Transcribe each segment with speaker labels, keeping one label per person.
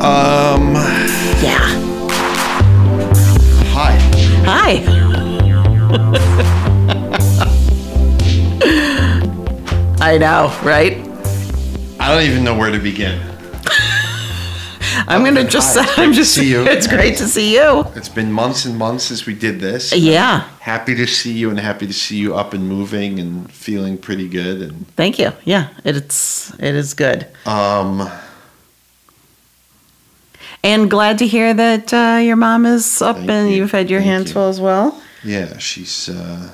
Speaker 1: Um,
Speaker 2: I know, right?
Speaker 1: I don't even know where to begin.
Speaker 2: I'm gonna just.
Speaker 1: Hi, it's
Speaker 2: I'm
Speaker 1: great to
Speaker 2: just.
Speaker 1: see you.
Speaker 2: It's great to see you.
Speaker 1: It's been months and months since we did this.
Speaker 2: Yeah.
Speaker 1: Happy to see you and happy to see you up and moving and feeling pretty good and
Speaker 2: Thank you. Yeah. It's. It is good.
Speaker 1: um
Speaker 2: And glad to hear that uh, your mom is up
Speaker 1: Thank
Speaker 2: and
Speaker 1: you.
Speaker 2: you. have had your
Speaker 1: Thank
Speaker 2: hands
Speaker 1: you.
Speaker 2: full as well.
Speaker 1: yeah, she's uh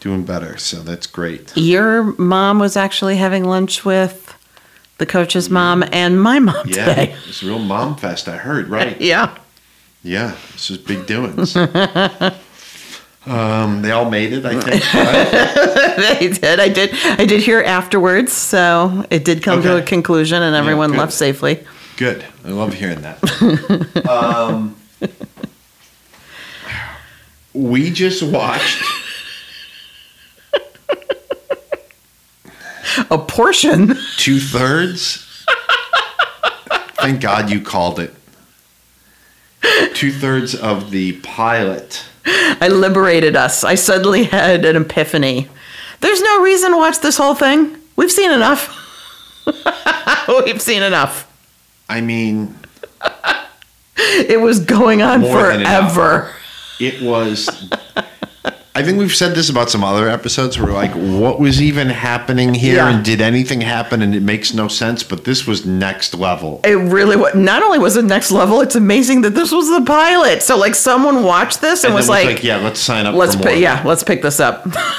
Speaker 1: doing better, so that's great.
Speaker 2: Your mom was actually having lunch with the coach's mom and my mom
Speaker 1: Mm. Yeah.
Speaker 2: today.
Speaker 1: It's a real mom fest, I heard, right?
Speaker 2: Yeah.
Speaker 1: Yeah, this is big doings. um they all made it, I think. right?
Speaker 2: they did. I did. I did hear afterwards, so it did come to
Speaker 1: Okay.
Speaker 2: a conclusion, and everyone
Speaker 1: good.
Speaker 2: left safely.
Speaker 1: Good. I love hearing that. um we just watched
Speaker 2: A portion.
Speaker 1: two thirds. Thank God you called it. Two thirds of the pilot.
Speaker 2: I liberated us. I suddenly had an epiphany. There's no reason to watch this whole thing. We've seen enough. We've seen enough.
Speaker 1: I mean,
Speaker 2: It was going on
Speaker 1: More than enough.
Speaker 2: forever.
Speaker 1: it was. I think we've said this about some other episodes where, like, what was even happening here,
Speaker 2: Yeah.
Speaker 1: and did anything happen, and it makes no sense. But this was next level.
Speaker 2: It really was. Not only was it next level, it's amazing that this was the pilot. So like someone watched this and,
Speaker 1: And
Speaker 2: was
Speaker 1: it
Speaker 2: like,
Speaker 1: "Yeah, let's sign up
Speaker 2: let's
Speaker 1: for more."
Speaker 2: pick, yeah, let's pick this up because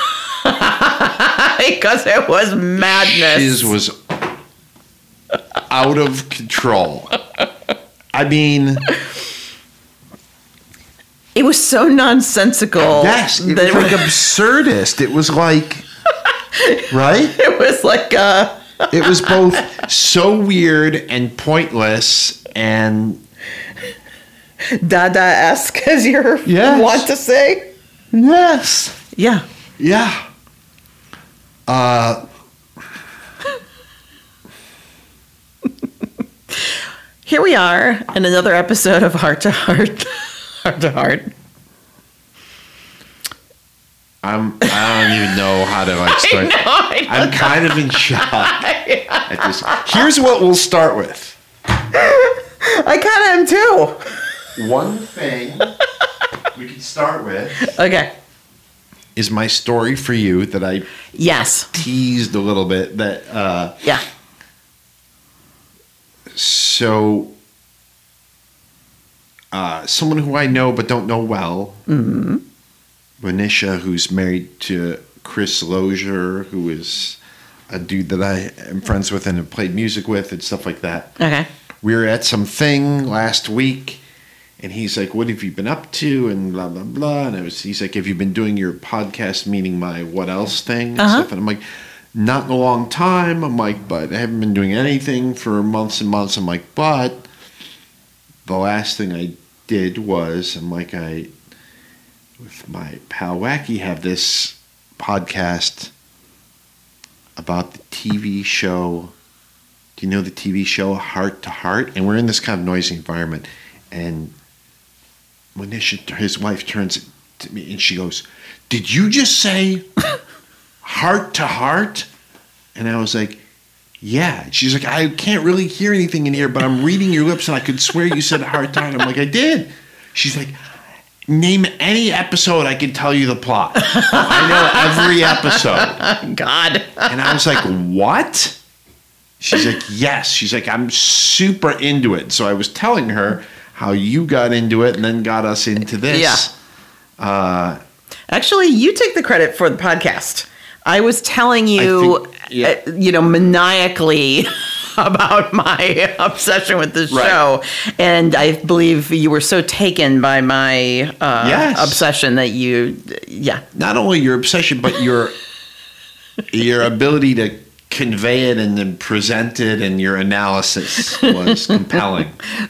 Speaker 2: it was madness.
Speaker 1: Shiz was out of control. I mean.
Speaker 2: it was so nonsensical.
Speaker 1: Yes, it
Speaker 2: that
Speaker 1: was like absurdist. It was like, right?
Speaker 2: it was like uh,
Speaker 1: It was both so weird and pointless, and
Speaker 2: Dada esque, as you
Speaker 1: Yes.
Speaker 2: want to say.
Speaker 1: yes,
Speaker 2: Yeah.
Speaker 1: yeah. Uh,
Speaker 2: Here we are in another episode of Heart to Heart. Heart to Heart.
Speaker 1: I'm. I don't even know how to like
Speaker 2: I
Speaker 1: start.
Speaker 2: know. I
Speaker 1: I'm kind of in shock at this. Here's what we'll start with.
Speaker 2: I kind of am too.
Speaker 1: One thing we can start with
Speaker 2: Okay.
Speaker 1: is my story for you that I
Speaker 2: Yes.
Speaker 1: teased a little bit that. uh
Speaker 2: Yeah.
Speaker 1: so uh, someone who I know but don't know well, Renisha, who's married to Chris Lozier, who is a dude that I am friends with and have played music with and stuff like that.
Speaker 2: Okay.
Speaker 1: We were at some thing last week, and he's like, "What have you been up to?" and blah blah blah. And I was, he's like, "Have you been doing your podcast, meaning my what else thing and
Speaker 2: Uh-huh.
Speaker 1: stuff?" And I'm like, "Not in a long time." I'm like, "But I haven't been doing anything for months and months." I'm like, "But the last thing I did was I'm like I with my pal Wacky have this podcast about the TV show. Do you know the TV show Heart to Heart? And we're in this kind of noisy environment. And when his, his wife turns to me and she goes, "Did you just say heart to heart?" And I was like, "Yeah." And She's like, "I can't really hear anything in here, but I'm reading your lips, and I could swear you said heart to heart." I'm like, "I did." She's like. Name any episode, I can tell you the plot. I know every episode.
Speaker 2: God.
Speaker 1: And I was like, what? She's like, yes. She's like, I'm super into it. So I was telling her how you got into it and then got us into this. Uh,
Speaker 2: Actually, you take the credit for the podcast. I was telling you,
Speaker 1: think- yeah.
Speaker 2: uh, you know, maniacally about my obsession with this
Speaker 1: Right.
Speaker 2: show, and I believe you were so taken by my uh,
Speaker 1: Yes.
Speaker 2: obsession that you, yeah,
Speaker 1: not only your obsession, but your your ability to convey it and then present it and your analysis was compelling.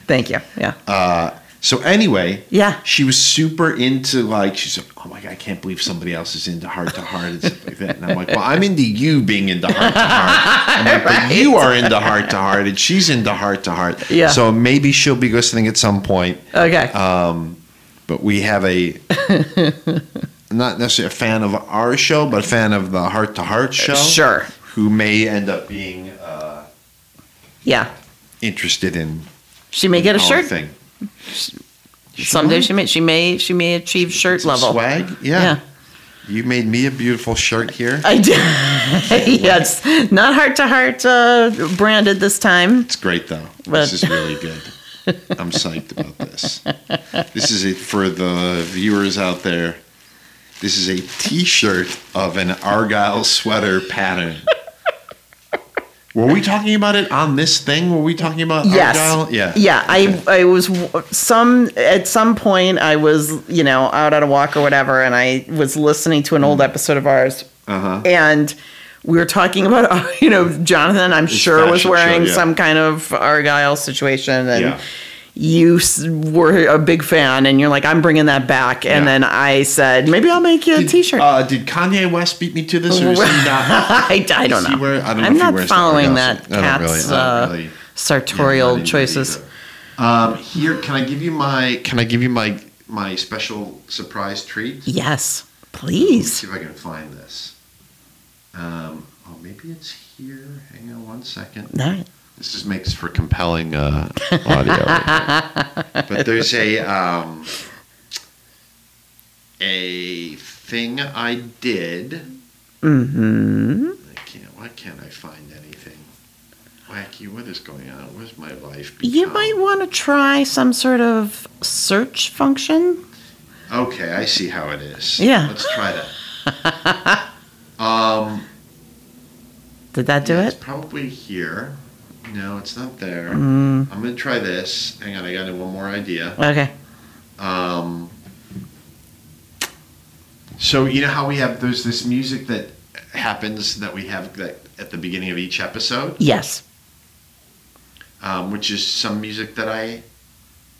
Speaker 2: thank you, yeah,
Speaker 1: Uh, so anyway,
Speaker 2: Yeah.
Speaker 1: she was super into like she's like, oh my god, I can't believe somebody else is into heart to heart and stuff like that. And I'm like, well, I'm into you being into heart to heart. I'm like, but you are into heart to heart, and she's into heart to heart.
Speaker 2: Yeah.
Speaker 1: So maybe she'll be uh, listening at some point.
Speaker 2: okay,
Speaker 1: Um, but we have a not necessarily a fan of our show, but a fan of the Heart to Heart show.
Speaker 2: Uh, Sure.
Speaker 1: Who may end up being uh,
Speaker 2: Yeah.
Speaker 1: interested in
Speaker 2: She may get a
Speaker 1: our
Speaker 2: shirt.
Speaker 1: thing.
Speaker 2: Someday she may she may she may achieve shirt
Speaker 1: Some
Speaker 2: level.
Speaker 1: swag. Yeah. You made me a beautiful shirt here.
Speaker 2: I did. yes, not heart to heart uh, branded this time.
Speaker 1: It's great though.
Speaker 2: But-
Speaker 1: This is really good. I'm psyched about this. This is it for the viewers out there. This is a T-shirt of an argyle sweater pattern. Were we talking about it on this thing? Were we talking about
Speaker 2: Yes.
Speaker 1: argyle? Yeah.
Speaker 2: Yeah.
Speaker 1: Okay.
Speaker 2: I I was w- some at some point I was you know out on a walk or whatever, and I was listening to an old episode of ours,
Speaker 1: Mm-hmm. Uh-huh.
Speaker 2: and we were talking about uh, you know Jonathan. I'm sure was
Speaker 1: fashion show,
Speaker 2: wearing
Speaker 1: yeah.
Speaker 2: some kind of argyle situation, and
Speaker 1: Yeah.
Speaker 2: you s- were a big fan, and you're like, I'm bringing that back, and
Speaker 1: Yeah.
Speaker 2: then I said maybe I'll make you a
Speaker 1: Did-
Speaker 2: T-shirt.
Speaker 1: Uh, did Kanye West beat me to this, or is he not?
Speaker 2: I, I don't
Speaker 1: Does he
Speaker 2: know.
Speaker 1: wear- I don't know if
Speaker 2: I'm
Speaker 1: he
Speaker 2: not
Speaker 1: wears the
Speaker 2: following
Speaker 1: Argyle
Speaker 2: that
Speaker 1: suit. I don't really-
Speaker 2: cat's
Speaker 1: I don't
Speaker 2: uh,
Speaker 1: really- Yeah,
Speaker 2: sartorial
Speaker 1: not even
Speaker 2: choices.
Speaker 1: either. Um, here, can I give you my? Can I give you my my special surprise treat?
Speaker 2: Yes,
Speaker 1: Let's
Speaker 2: please.
Speaker 1: see if I can find this. Um, oh, maybe it's here. Hang on one second.
Speaker 2: All right.
Speaker 1: This just makes for compelling uh, audio. right here. but there's a um, a thing I did.
Speaker 2: Mm-hmm.
Speaker 1: I can't. Why can't I find anything? Wacky. What is going on? Where's my life?
Speaker 2: You
Speaker 1: become?
Speaker 2: might want to try some sort of search function.
Speaker 1: Okay, I see how it is.
Speaker 2: Yeah.
Speaker 1: Let's try that. um,
Speaker 2: Did that do
Speaker 1: yeah, It's
Speaker 2: it?
Speaker 1: probably here. No, it's not there.
Speaker 2: Mm,
Speaker 1: I'm gonna try this. Hang on, I got one more idea.
Speaker 2: okay.
Speaker 1: Um, so you know how we have there's this music that happens that we have that at the beginning of each episode,
Speaker 2: Yes.
Speaker 1: um, which is some music that I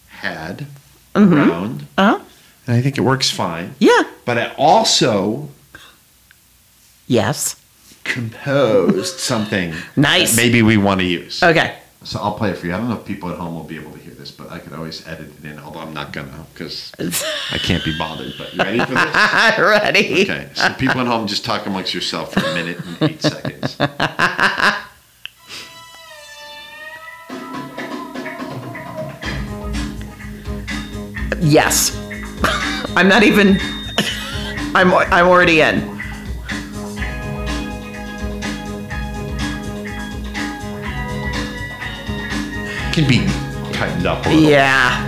Speaker 1: had
Speaker 2: Mm-hmm.
Speaker 1: around,
Speaker 2: Uh-huh.
Speaker 1: and I think it works fine.
Speaker 2: Yeah.
Speaker 1: But I also
Speaker 2: Yes.
Speaker 1: composed something
Speaker 2: Nice.
Speaker 1: that maybe we want to use.
Speaker 2: Okay.
Speaker 1: So I'll play it for you. I don't know if people at home will be able to hear this, but I could always edit it in, although I'm not gonna because I can't be bothered. But you ready for this?
Speaker 2: I'm ready.
Speaker 1: Okay. So people at home just talk amongst yourself for a minute and eight seconds.
Speaker 2: Yes. I'm not even. I'm I'm already in.
Speaker 1: It can be tightened up a little.
Speaker 2: Yeah.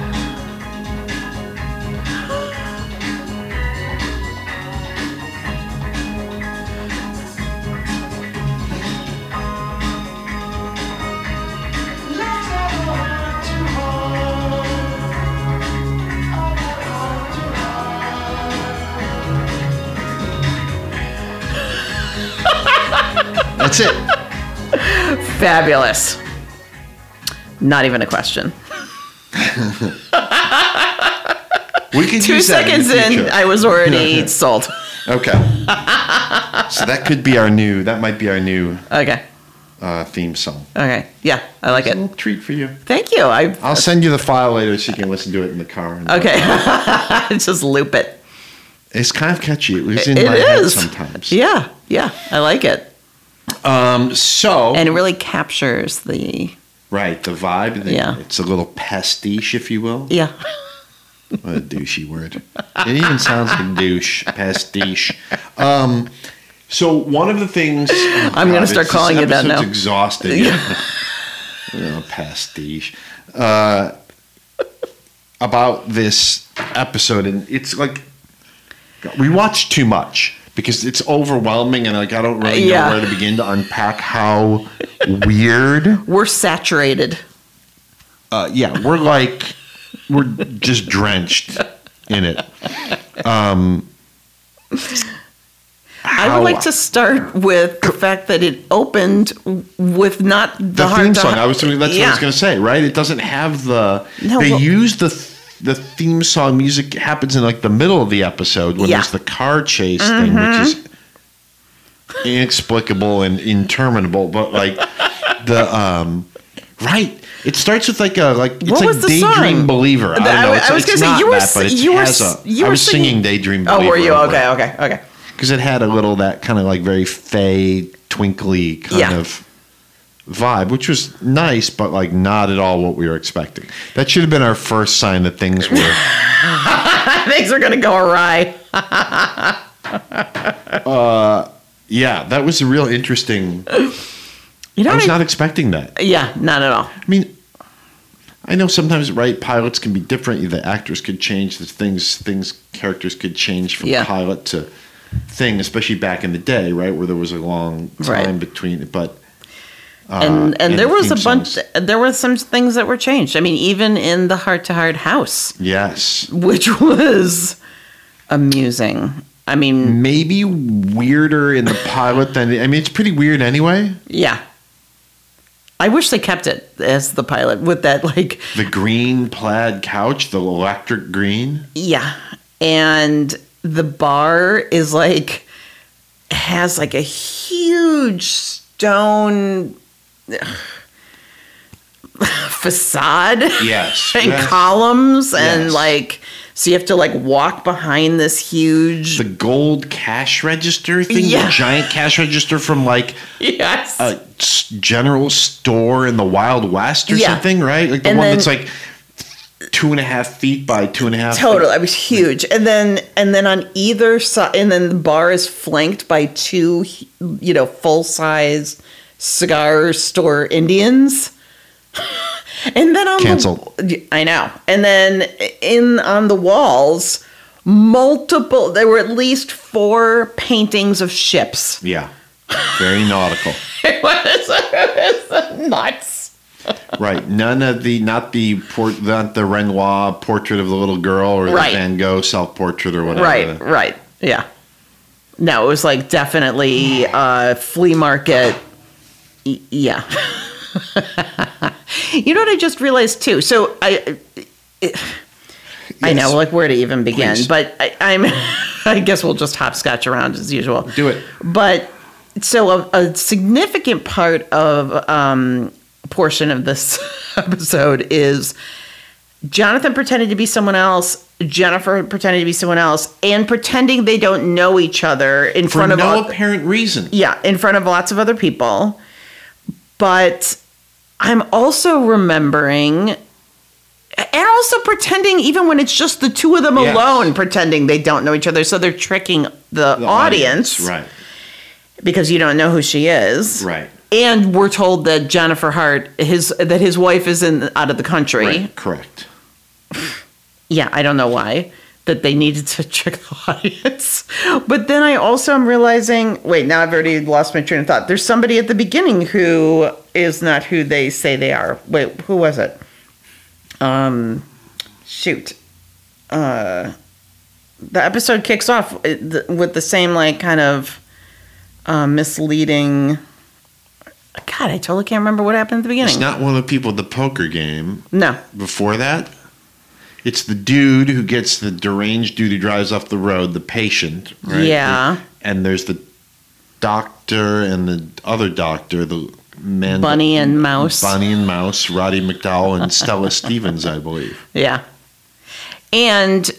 Speaker 1: That's it.
Speaker 2: Fabulous. Not even a question.
Speaker 1: We can
Speaker 2: Two
Speaker 1: use
Speaker 2: seconds
Speaker 1: that in. the
Speaker 2: in,
Speaker 1: future.
Speaker 2: I was already sold.
Speaker 1: okay. So that could be our new. That might be our new
Speaker 2: Okay.
Speaker 1: uh, theme song.
Speaker 2: Okay. Yeah, I like
Speaker 1: A
Speaker 2: it.
Speaker 1: little treat for you.
Speaker 2: Thank you. I
Speaker 1: I'll send you the file later so you can listen to it in the car. and-
Speaker 2: okay. Just loop it.
Speaker 1: It's kind of catchy. It was in
Speaker 2: It
Speaker 1: my
Speaker 2: is.
Speaker 1: head sometimes.
Speaker 2: Yeah. Yeah. I like it,
Speaker 1: Um. So.
Speaker 2: and it really captures the
Speaker 1: Right, the vibe. The,
Speaker 2: Yeah.
Speaker 1: It's a little pastiche, if you will.
Speaker 2: yeah.
Speaker 1: What a douchey word. It even sounds like douche, pastiche. Um, so one of the things oh,
Speaker 2: I'm gonna
Speaker 1: God,
Speaker 2: start
Speaker 1: it's-
Speaker 2: calling
Speaker 1: this
Speaker 2: you that
Speaker 1: episode's
Speaker 2: now.
Speaker 1: Exhausting. oh, pastiche. Uh, about this episode, and it's like we watch too much because it's overwhelming, and like I don't really know
Speaker 2: Yeah.
Speaker 1: where to begin to unpack how weird.
Speaker 2: We're saturated.
Speaker 1: uh, yeah, we're like we're just drenched in it.
Speaker 2: I
Speaker 1: How-
Speaker 2: would like to start with the fact that it opened w- with not the,
Speaker 1: The,
Speaker 2: hard
Speaker 1: theme
Speaker 2: to-
Speaker 1: song. I was that's what I was
Speaker 2: Yeah.
Speaker 1: going to say, right? It doesn't have the
Speaker 2: No,
Speaker 1: they
Speaker 2: well-
Speaker 1: use the the theme song music happens in like the middle of the episode when
Speaker 2: Yeah. Mm-hmm.
Speaker 1: there's the car chase thing, which is inexplicable and interminable, but like the um Right. It starts with like a like it's
Speaker 2: What
Speaker 1: like
Speaker 2: was the
Speaker 1: Daydream
Speaker 2: song?
Speaker 1: Believer. I
Speaker 2: The-
Speaker 1: don't
Speaker 2: I
Speaker 1: know.
Speaker 2: was-
Speaker 1: It's,
Speaker 2: I was
Speaker 1: it's
Speaker 2: gonna say,
Speaker 1: not
Speaker 2: you were
Speaker 1: that, but
Speaker 2: s-
Speaker 1: it
Speaker 2: you were
Speaker 1: has
Speaker 2: s-
Speaker 1: a.
Speaker 2: you
Speaker 1: I
Speaker 2: were
Speaker 1: was singing,
Speaker 2: singing-
Speaker 1: Daydream Believer.
Speaker 2: Oh, were you? Okay, okay, okay.
Speaker 1: Because it had a little that kind of like very fey, twinkly kind
Speaker 2: Yeah.
Speaker 1: of vibe, which was nice, but like not at all what we were expecting. That should have been our first sign that things were.
Speaker 2: Things are gonna go awry.
Speaker 1: yeah, that was a real interesting.
Speaker 2: You know
Speaker 1: I
Speaker 2: what?
Speaker 1: was
Speaker 2: I-
Speaker 1: not expecting that.
Speaker 2: yeah, not at all.
Speaker 1: I mean, I know sometimes right pilots can be different. The actors could change. The things things characters could change from
Speaker 2: Yeah.
Speaker 1: pilot to thing, especially back in the day, right, where there was a long time
Speaker 2: Right.
Speaker 1: between. But uh,
Speaker 2: and and there
Speaker 1: the
Speaker 2: was a
Speaker 1: theme
Speaker 2: bunch.
Speaker 1: songs.
Speaker 2: There were some things that were changed. I mean, even in the Heart to Heart House,
Speaker 1: Yes,
Speaker 2: which was amusing. I mean,
Speaker 1: maybe weirder in the pilot than I mean, it's pretty weird anyway.
Speaker 2: yeah. I wish they kept it as the pilot with that like
Speaker 1: The green plaid couch, the electric green.
Speaker 2: Yeah. And the bar is like has like a huge stone facade
Speaker 1: Yes,
Speaker 2: and
Speaker 1: yes.
Speaker 2: columns and
Speaker 1: Yes.
Speaker 2: like so you have to like walk behind this huge
Speaker 1: The gold cash register thing,
Speaker 2: Yeah.
Speaker 1: the giant cash register from like
Speaker 2: yes
Speaker 1: a s- general store in the Wild West or
Speaker 2: Yeah.
Speaker 1: something, right? Like the
Speaker 2: And
Speaker 1: one
Speaker 2: then-
Speaker 1: that's like two and a half feet by two and a half.
Speaker 2: total it was huge and then and then on either side and then the bar is flanked by two you know full size cigar store indians and then on
Speaker 1: Canceled.
Speaker 2: the i know and then in on the walls multiple there were at least four paintings of ships
Speaker 1: Yeah, very nautical.
Speaker 2: it was, it was nuts
Speaker 1: Right. None of the not the port not the Renoir portrait of the little girl or
Speaker 2: Right.
Speaker 1: the Van Gogh self portrait or whatever.
Speaker 2: Right, right. Yeah. No, it was like definitely uh flea market. Y- Yeah. you know what I just realized too? So I I
Speaker 1: Yes.
Speaker 2: know like where to even begin,
Speaker 1: Please.
Speaker 2: but I, I'm I guess we'll just hopscotch around as usual.
Speaker 1: Do it.
Speaker 2: But so a, a significant part of um portion of this episode is Jonathan pretending to be someone else, Jennifer pretending to be someone else, and pretending they don't know each other in
Speaker 1: For
Speaker 2: front of
Speaker 1: no
Speaker 2: oth-
Speaker 1: apparent reason.
Speaker 2: yeah, in front of lots of other people. But I'm also remembering and also pretending even when it's just the two of them
Speaker 1: Yes.
Speaker 2: alone pretending they don't know each other so they're tricking the,
Speaker 1: The
Speaker 2: audience,
Speaker 1: Right.
Speaker 2: because you don't know who she is
Speaker 1: Right.
Speaker 2: and we're told that Jennifer Hart his that his wife is in out of the country
Speaker 1: Right. Correct.
Speaker 2: yeah, I don't know why that they needed to trick the audience. But then I also am realizing, wait, now I've already lost my train of thought. There's somebody at the beginning who is not who they say they are. Wait, who was it? Um shoot. Uh the episode kicks off uh, th- with the same like kind of uh, misleading God, I totally can't remember what happened at the beginning.
Speaker 1: It's not one of the people at the poker game.
Speaker 2: no.
Speaker 1: before that. It's the dude who gets the deranged dude who drives off the road, the patient, right?
Speaker 2: Yeah.
Speaker 1: And there's the doctor and the other doctor, the man
Speaker 2: Bunny and Mouse.
Speaker 1: Bunny and Mouse, Roddy McDowell and Stella Stevens, I believe.
Speaker 2: Yeah. And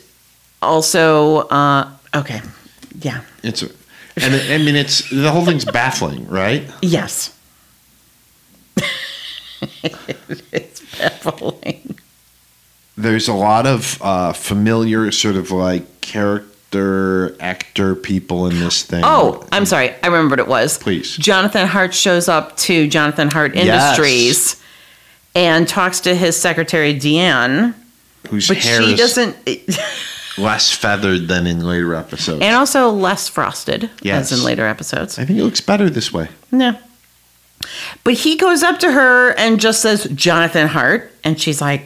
Speaker 2: also, uh, okay. Yeah.
Speaker 1: It's a, and I mean it's the whole thing's baffling, right?
Speaker 2: Yes. it's baffling.
Speaker 1: There's a lot of uh, familiar sort of like character actor people in this thing.
Speaker 2: Oh, I'm sorry. I remember what it was.
Speaker 1: Please.
Speaker 2: Jonathan Hart shows up to Jonathan Hart Industries and talks to his secretary, Deanne,
Speaker 1: whose
Speaker 2: but
Speaker 1: hair
Speaker 2: she
Speaker 1: is
Speaker 2: doesn't,
Speaker 1: less feathered than in later episodes.
Speaker 2: and also less frosted,
Speaker 1: Yes.
Speaker 2: as in later episodes.
Speaker 1: I think it looks better this way.
Speaker 2: No. But he goes up to her and just says, Jonathan Hart. And she's like,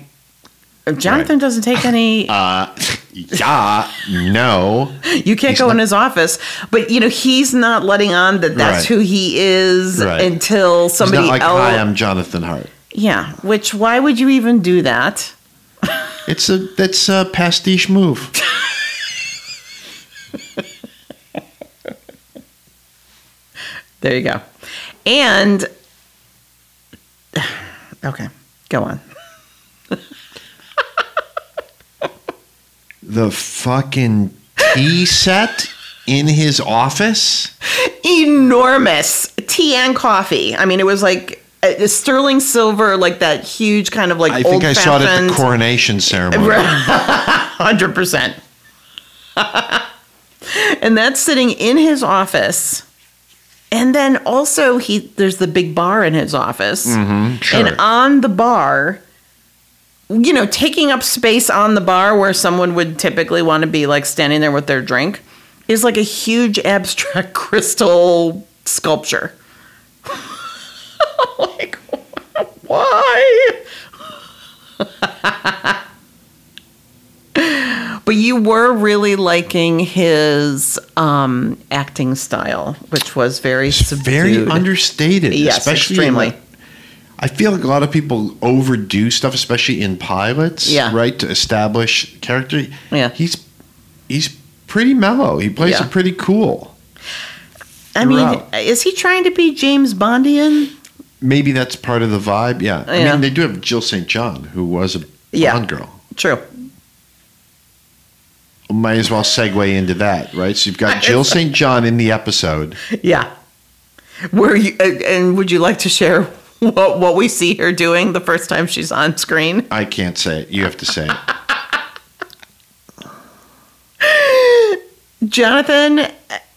Speaker 2: Jonathan doesn't take any,
Speaker 1: Uh, yeah, no.
Speaker 2: you can't
Speaker 1: he's
Speaker 2: go in
Speaker 1: not-
Speaker 2: his office. But, you know, he's not letting on that that's
Speaker 1: Right.
Speaker 2: who he is
Speaker 1: Right.
Speaker 2: until
Speaker 1: Somebody
Speaker 2: somebody
Speaker 1: it's not like,
Speaker 2: else.
Speaker 1: hi, I'm Jonathan Hart.
Speaker 2: yeah. Which, why would you even do that?
Speaker 1: It's a that's a pastiche move.
Speaker 2: There you go. And Okay, go on.
Speaker 1: The fucking tea set in his office.
Speaker 2: Enormous tea and coffee. I mean, it was like uh, sterling silver, like that huge kind of like
Speaker 1: I
Speaker 2: old
Speaker 1: think I saw it at
Speaker 2: fashioned-
Speaker 1: the coronation ceremony.
Speaker 2: hundred percent. And that's sitting in his office. And then also he there's the big bar in his office.
Speaker 1: Mm-hmm. Sure.
Speaker 2: And on the bar, you know, taking up space on the bar where someone would typically want to be like standing there with their drink is like a huge abstract crystal sculpture. like why? But you were really liking his um, acting style, which was very subdued.
Speaker 1: Very understated,
Speaker 2: Yes,
Speaker 1: especially in
Speaker 2: extremely.
Speaker 1: the- I feel like a lot of people overdo stuff, especially in pilots,
Speaker 2: Yeah.
Speaker 1: right? To establish character.
Speaker 2: Yeah.
Speaker 1: He's he's pretty mellow. He plays
Speaker 2: Yeah.
Speaker 1: it pretty cool.
Speaker 2: I mean,
Speaker 1: throughout.
Speaker 2: is he trying to be James Bondian?
Speaker 1: Maybe that's part of the vibe. Yeah. I
Speaker 2: Yeah.
Speaker 1: mean, they do have Jill St. John, who was a Bond
Speaker 2: Yeah.
Speaker 1: girl.
Speaker 2: True.
Speaker 1: Might as well segue into that, right? So you've got Jill St. John in the episode.
Speaker 2: Yeah. Were you? uh, And would you like to share what what we see her doing the first time she's on screen?
Speaker 1: I can't say it. You have to say it.
Speaker 2: Jonathan,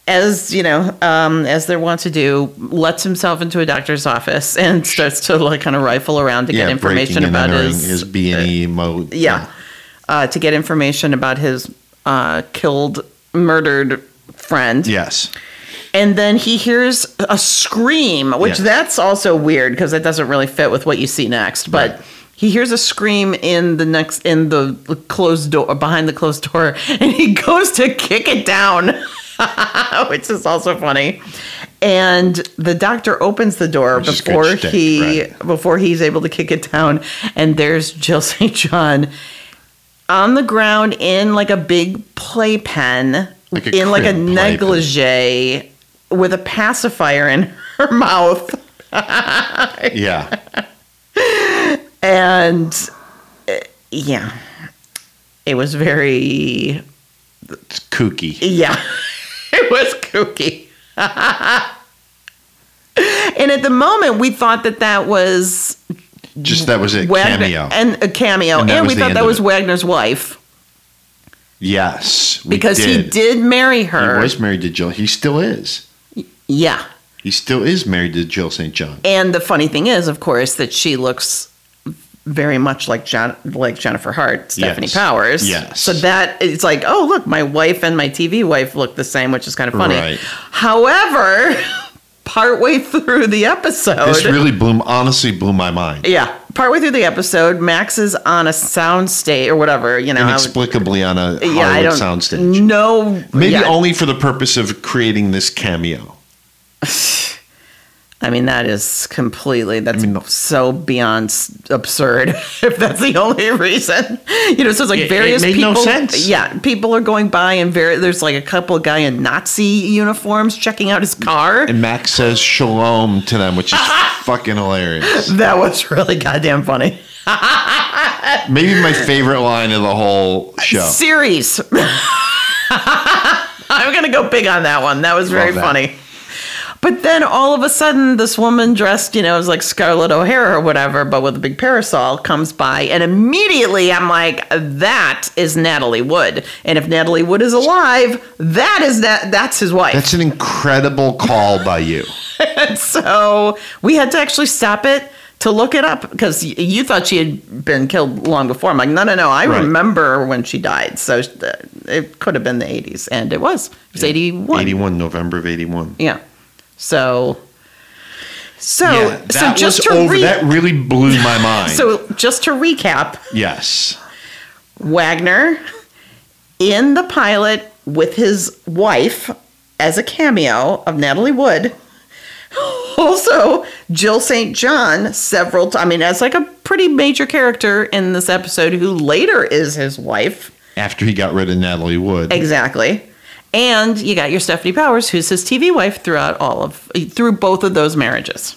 Speaker 2: as you know, um, as they're wont to do, lets himself into a doctor's office and starts to like kind of rifle around to
Speaker 1: yeah,
Speaker 2: get information
Speaker 1: breaking
Speaker 2: about
Speaker 1: and entering
Speaker 2: his,
Speaker 1: his B and E mode.
Speaker 2: yeah, Uh, to get information about his uh, killed, murdered friend.
Speaker 1: Yes.
Speaker 2: And then he hears a scream, which
Speaker 1: Yeah.
Speaker 2: that's also weird because it doesn't really fit with what you see next. But
Speaker 1: Right.
Speaker 2: he hears a scream in the next in the closed door behind the closed door, and he goes to kick it down, which is also funny. And the doctor opens the door
Speaker 1: Which is good
Speaker 2: before
Speaker 1: shtick,
Speaker 2: he
Speaker 1: right.
Speaker 2: before he's able to kick it down, and there's Jill St. John on the ground in like a big playpen,
Speaker 1: Like a
Speaker 2: in like a
Speaker 1: crib
Speaker 2: negligee with a pacifier in her mouth.
Speaker 1: Yeah.
Speaker 2: And uh, yeah, it was very,
Speaker 1: It's kooky.
Speaker 2: yeah, it was kooky. and at the moment, we thought that that was
Speaker 1: Just that was it.
Speaker 2: Wagner
Speaker 1: cameo.
Speaker 2: and a cameo,
Speaker 1: And
Speaker 2: and,
Speaker 1: that was
Speaker 2: we
Speaker 1: the
Speaker 2: thought
Speaker 1: end
Speaker 2: that
Speaker 1: of
Speaker 2: was
Speaker 1: it.
Speaker 2: Wagner's wife
Speaker 1: yes. we
Speaker 2: because he did marry her.
Speaker 1: He was married to Jill. He still is.
Speaker 2: yeah.
Speaker 1: He still is married to Jill St. John.
Speaker 2: And the funny thing is, of course, that she looks very much like John, like Jennifer Hart, Stephanie
Speaker 1: Yes.
Speaker 2: Powers.
Speaker 1: Yes.
Speaker 2: So that it's like, oh look, my wife and my TV wife look the same, which is kind of funny.
Speaker 1: Right.
Speaker 2: However, partway through the episode,
Speaker 1: This really blew, honestly blew my mind.
Speaker 2: Oh, yeah, partway through the episode, Max is on a soundstage or whatever. You know, I would-
Speaker 1: Inexplicably on a Hollywood
Speaker 2: yeah, I don't
Speaker 1: soundstage.
Speaker 2: No,
Speaker 1: Maybe
Speaker 2: yeah.
Speaker 1: only for the purpose of creating this cameo.
Speaker 2: I mean, that is completely, that's
Speaker 1: mean, the-
Speaker 2: so beyond s- absurd if that's the only reason. You know, so it's like
Speaker 1: It- it
Speaker 2: various
Speaker 1: made no
Speaker 2: people.
Speaker 1: sense.
Speaker 2: Yeah, people are going by and very, there's like a couple guy in Nazi uniforms checking out his car.
Speaker 1: And Max says shalom to them, which is fucking hilarious.
Speaker 2: That was really goddamn funny.
Speaker 1: Maybe my favorite line of the whole show.
Speaker 2: Series. I'm going to go big on that one. That was very
Speaker 1: Love that.
Speaker 2: funny. But then all of a sudden, this woman dressed, you know, as like Scarlett O'Hara or whatever, but with a big parasol comes by. And immediately I'm like, that is Natalie Wood. And if Natalie Wood is alive, that is that, that's his wife.
Speaker 1: That's an incredible call by you.
Speaker 2: And so we had to actually stop it to look it up because y- you thought she had been killed long before. I'm like, no, no, no. I
Speaker 1: Right.
Speaker 2: remember when she died. So sh- uh, it could have been the 80s. And it was. It was 81.
Speaker 1: 81, November of 81.
Speaker 2: Yeah. So. So,
Speaker 1: yeah,
Speaker 2: so
Speaker 1: that
Speaker 2: just
Speaker 1: was
Speaker 2: to
Speaker 1: over.
Speaker 2: re-
Speaker 1: that really blew my mind.
Speaker 2: so just to recap,
Speaker 1: yes.
Speaker 2: Wagner in the pilot with his wife as a cameo of Natalie Wood. Also, Jill St. John several times. I mean, as like a pretty major character in this episode, who later is his wife.
Speaker 1: After he got rid of Natalie Wood.
Speaker 2: Exactly. And you got your Stephanie Powers, who's his TV wife throughout all of through both of those marriages,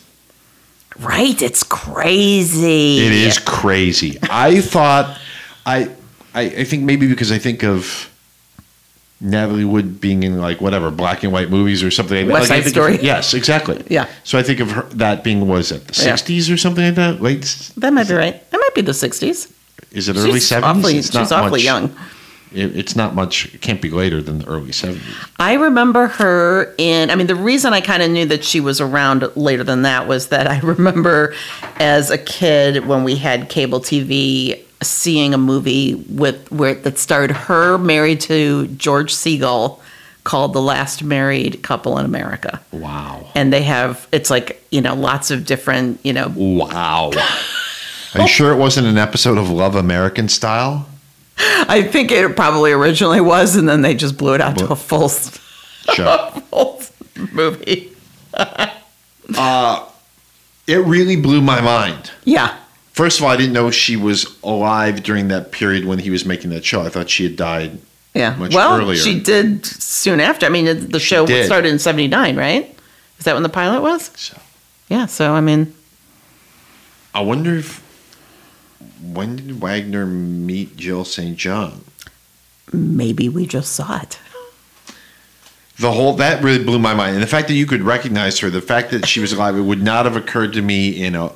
Speaker 2: right? It's crazy.
Speaker 1: It is crazy. I thought I, I I think maybe because I think of Natalie Wood being in like whatever black and white movies or something like that.
Speaker 2: West
Speaker 1: Like,
Speaker 2: Side
Speaker 1: I think
Speaker 2: Story.
Speaker 1: Of, yes, exactly.
Speaker 2: Yeah.
Speaker 1: So I think of her, that being was it the
Speaker 2: Yeah.
Speaker 1: sixties or something like that. Late s-
Speaker 2: That might be right. That might be the 60s.
Speaker 1: is it early
Speaker 2: she's awfully,
Speaker 1: seventies?
Speaker 2: she's awfully young.
Speaker 1: It, it's not much. It can't be later than the early seventies.
Speaker 2: I remember her in. I mean, the reason I kind of knew that she was around later than that was that I remember as a kid when we had cable TV seeing a movie with where that starred her married to George Segal called The Last Married Couple in America.
Speaker 1: Wow.
Speaker 2: And they have it's like, you know, lots of different, you know,
Speaker 1: Wow. Are you sure it wasn't an episode of Love American Style?
Speaker 2: I think it probably originally was and then they just blew it out to a
Speaker 1: What?
Speaker 2: full,
Speaker 1: Sure.
Speaker 2: full movie.
Speaker 1: it really blew my mind.
Speaker 2: Yeah.
Speaker 1: First of all, I didn't know she was alive during that period when he was making that show. I thought she had died.
Speaker 2: Yeah.
Speaker 1: much
Speaker 2: well,
Speaker 1: earlier.
Speaker 2: she did soon after. I mean, it- the show
Speaker 1: did.
Speaker 2: started in 79, right? Is that when the pilot was?
Speaker 1: So
Speaker 2: Yeah. So, I mean,
Speaker 1: I wonder if when did Wagner meet Jill St. John?
Speaker 2: maybe we just saw it.
Speaker 1: The whole that really blew my mind, and the fact that you could recognize her, the fact that she was alive, it would not have occurred to me in a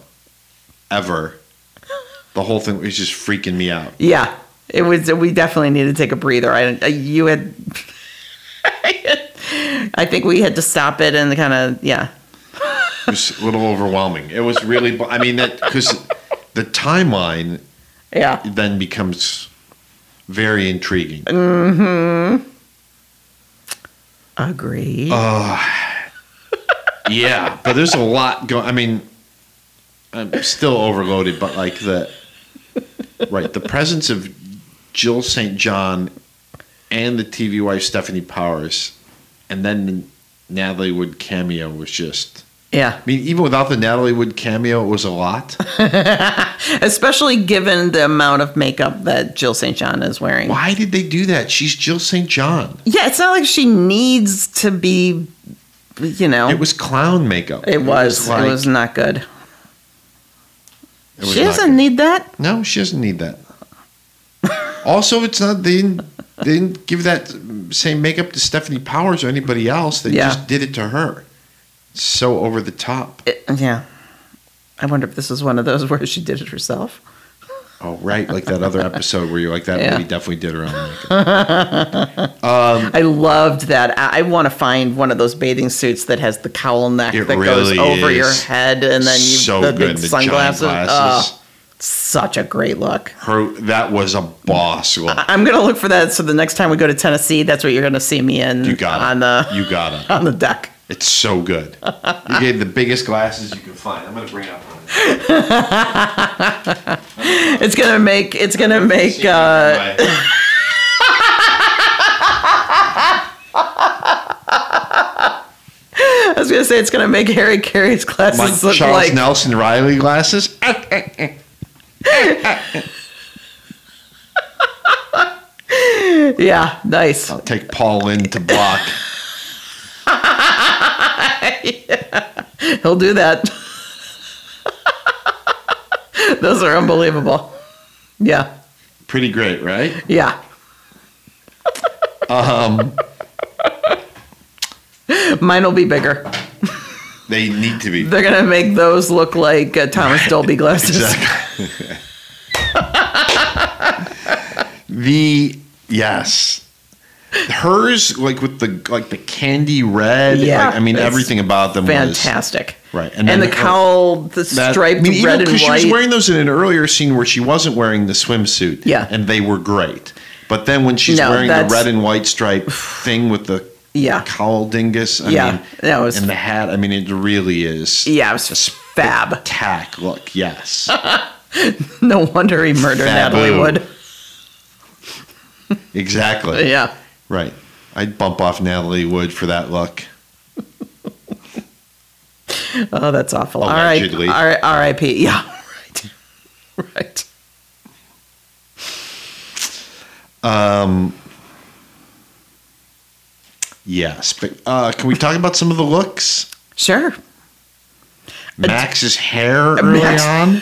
Speaker 1: ever. The whole thing was just freaking me out.
Speaker 2: Yeah. It was, we definitely need to take a breather. I, I- you had, I think we had to stop it and kind of, yeah.
Speaker 1: It was a little overwhelming. It was really, I mean, that because the timeline
Speaker 2: Yeah.
Speaker 1: then becomes very intriguing.
Speaker 2: Agree.
Speaker 1: Uh, Yeah, but there's a lot going. I mean, I'm still overloaded, but like the right the presence of Jill St. John and the TV wife Stephanie Powers, and then the Natalie Wood cameo was just.
Speaker 2: yeah.
Speaker 1: I mean, even without the Natalie Wood cameo, it was a lot.
Speaker 2: Especially given the amount of makeup that Jill St. John is wearing.
Speaker 1: Why did they do that? She's Jill St. John.
Speaker 2: Yeah. It's not like she needs to be, you know,
Speaker 1: It was clown makeup.
Speaker 2: Oh. It was.
Speaker 1: like-
Speaker 2: it was not good.
Speaker 1: it was
Speaker 2: she
Speaker 1: not
Speaker 2: doesn't
Speaker 1: good.
Speaker 2: need that.
Speaker 1: No, she doesn't need that. also, it's not they didn't, they didn't give that same makeup to Stephanie Powers or anybody else. They
Speaker 2: Yeah.
Speaker 1: just did it to her. So over the top.
Speaker 2: It- yeah. I wonder if this is one of those where she did it herself.
Speaker 1: Oh right, like that other episode where you're like that
Speaker 2: Yeah.
Speaker 1: lady definitely did her own makeup.
Speaker 2: I loved that. I, I want to find one of those bathing suits that has the cowl neck
Speaker 1: It
Speaker 2: that goes
Speaker 1: really
Speaker 2: over your
Speaker 1: is
Speaker 2: head and then you
Speaker 1: so
Speaker 2: the
Speaker 1: good
Speaker 2: big
Speaker 1: the
Speaker 2: sunglasses.
Speaker 1: giant
Speaker 2: Oh,
Speaker 1: glasses.
Speaker 2: such a great look.
Speaker 1: her that was a boss look.
Speaker 2: I- I'm gonna look for that. So the next time we go to Tennessee, that's what you're gonna see me in
Speaker 1: You got
Speaker 2: on
Speaker 1: it.
Speaker 2: the
Speaker 1: you got it.
Speaker 2: on the deck.
Speaker 1: It's so good. You gave the biggest glasses you could find. I'm gonna bring it up. on it.
Speaker 2: It's gonna make it's gonna make uh,
Speaker 1: My-
Speaker 2: I was gonna say it's gonna make Harry Carey's glasses
Speaker 1: my
Speaker 2: look
Speaker 1: Charles
Speaker 2: like
Speaker 1: Nelson Riley glasses.
Speaker 2: yeah, nice.
Speaker 1: I'll take Paul in to block.
Speaker 2: He'll do that. Those are unbelievable. Yeah.
Speaker 1: Pretty great, right?
Speaker 2: Yeah. um Mine will be bigger.
Speaker 1: They need to be.
Speaker 2: They're going to make those look like uh, Thomas Dolby glasses.
Speaker 1: Exactly. the yes. Hers like with the like the candy red.
Speaker 2: Yeah,
Speaker 1: like, I mean
Speaker 2: it's
Speaker 1: everything about them was
Speaker 2: Fantastic.
Speaker 1: Right,
Speaker 2: And,
Speaker 1: and then
Speaker 2: the
Speaker 1: her-
Speaker 2: cowl, the
Speaker 1: that-
Speaker 2: striped
Speaker 1: I mean, even
Speaker 2: red and
Speaker 1: 'cause
Speaker 2: white.
Speaker 1: She was wearing those in an earlier scene where she wasn't wearing the swimsuit.
Speaker 2: Yeah.
Speaker 1: And they were great. But then when she's
Speaker 2: No,
Speaker 1: wearing the
Speaker 2: that's-
Speaker 1: red and white stripe thing with the
Speaker 2: yeah.
Speaker 1: cowl dingus, I
Speaker 2: Yeah, E-
Speaker 1: mean,
Speaker 2: that was-
Speaker 1: and the hat, I mean, it really is
Speaker 2: Yeah, it was just fab.
Speaker 1: tack look, yes.
Speaker 2: No wonder he murdered Natalie
Speaker 1: Fabu.
Speaker 2: Wood.
Speaker 1: Exactly.
Speaker 2: Yeah.
Speaker 1: Right. I'd bump off Natalie Wood for that look.
Speaker 2: Oh, that's awful.
Speaker 1: Allegedly.
Speaker 2: All right. R- R.I.P. Yeah. Right. Right.
Speaker 1: Yes. But uh, can we talk about some of the looks?
Speaker 2: Sure.
Speaker 1: Max's hair early
Speaker 2: Max-
Speaker 1: on.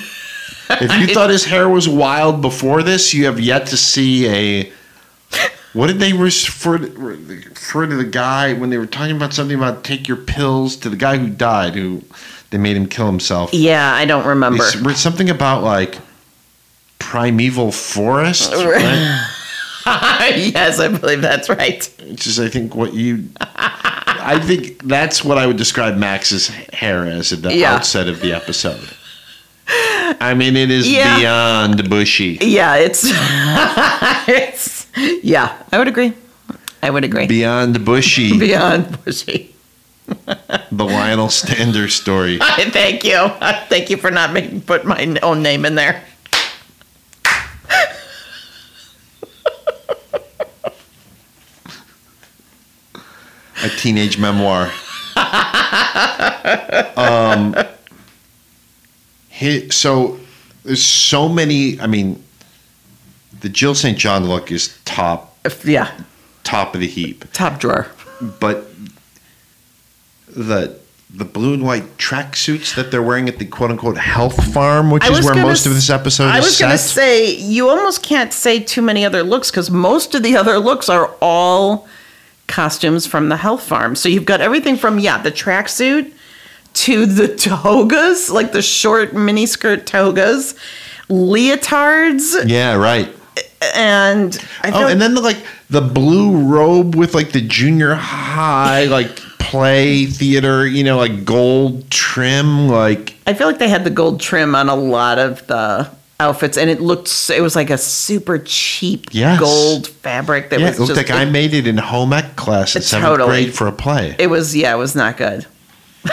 Speaker 1: If you thought his hair was wild before this, you have yet to see a. What did they refer refer to the guy when they were talking about something about take your pills to the guy who died who they made him kill himself?
Speaker 2: Yeah, I don't remember.
Speaker 1: It's- it's something about like primeval forest, right?
Speaker 2: yes, I believe that's right.
Speaker 1: which is I think what you. I think that's what I would describe Max's hair as at the
Speaker 2: Yeah.
Speaker 1: outset of the episode. I mean, it is
Speaker 2: Yeah.
Speaker 1: beyond bushy,
Speaker 2: Yeah, it's it's yeah, I would agree. I would agree.
Speaker 1: beyond bushy.
Speaker 2: Beyond bushy.
Speaker 1: the Lionel Stander story.
Speaker 2: Thank you. Thank you for not making put my own name in there.
Speaker 1: a teenage memoir. um, he, so there's so many. I mean, the Jill St. John look is top
Speaker 2: If- Yeah,
Speaker 1: top of the heap,
Speaker 2: top drawer.
Speaker 1: but the the blue and white tracksuits that they're wearing at the quote unquote health farm, which
Speaker 2: I
Speaker 1: is
Speaker 2: was
Speaker 1: where
Speaker 2: gonna
Speaker 1: most of
Speaker 2: s-
Speaker 1: this episode
Speaker 2: I
Speaker 1: is
Speaker 2: was
Speaker 1: set.
Speaker 2: gonna say you almost can't say too many other looks because most of the other looks are all costumes from the health farm. So you've got everything from yeah the tracksuit to the togas, like the short miniskirt togas, leotards,
Speaker 1: yeah, right.
Speaker 2: and I feel
Speaker 1: Oh, and then the, like the blue robe with like the junior high like play theater, you know, like gold trim, like
Speaker 2: I feel like they had the gold trim on a lot of the outfits, and it looked s- it was like a super cheap
Speaker 1: Yes.
Speaker 2: gold fabric that
Speaker 1: yeah,
Speaker 2: was
Speaker 1: it looked
Speaker 2: just
Speaker 1: like I made it in home ec class in
Speaker 2: It
Speaker 1: seventh
Speaker 2: totally-
Speaker 1: grade for a play.
Speaker 2: it was yeah it was not good.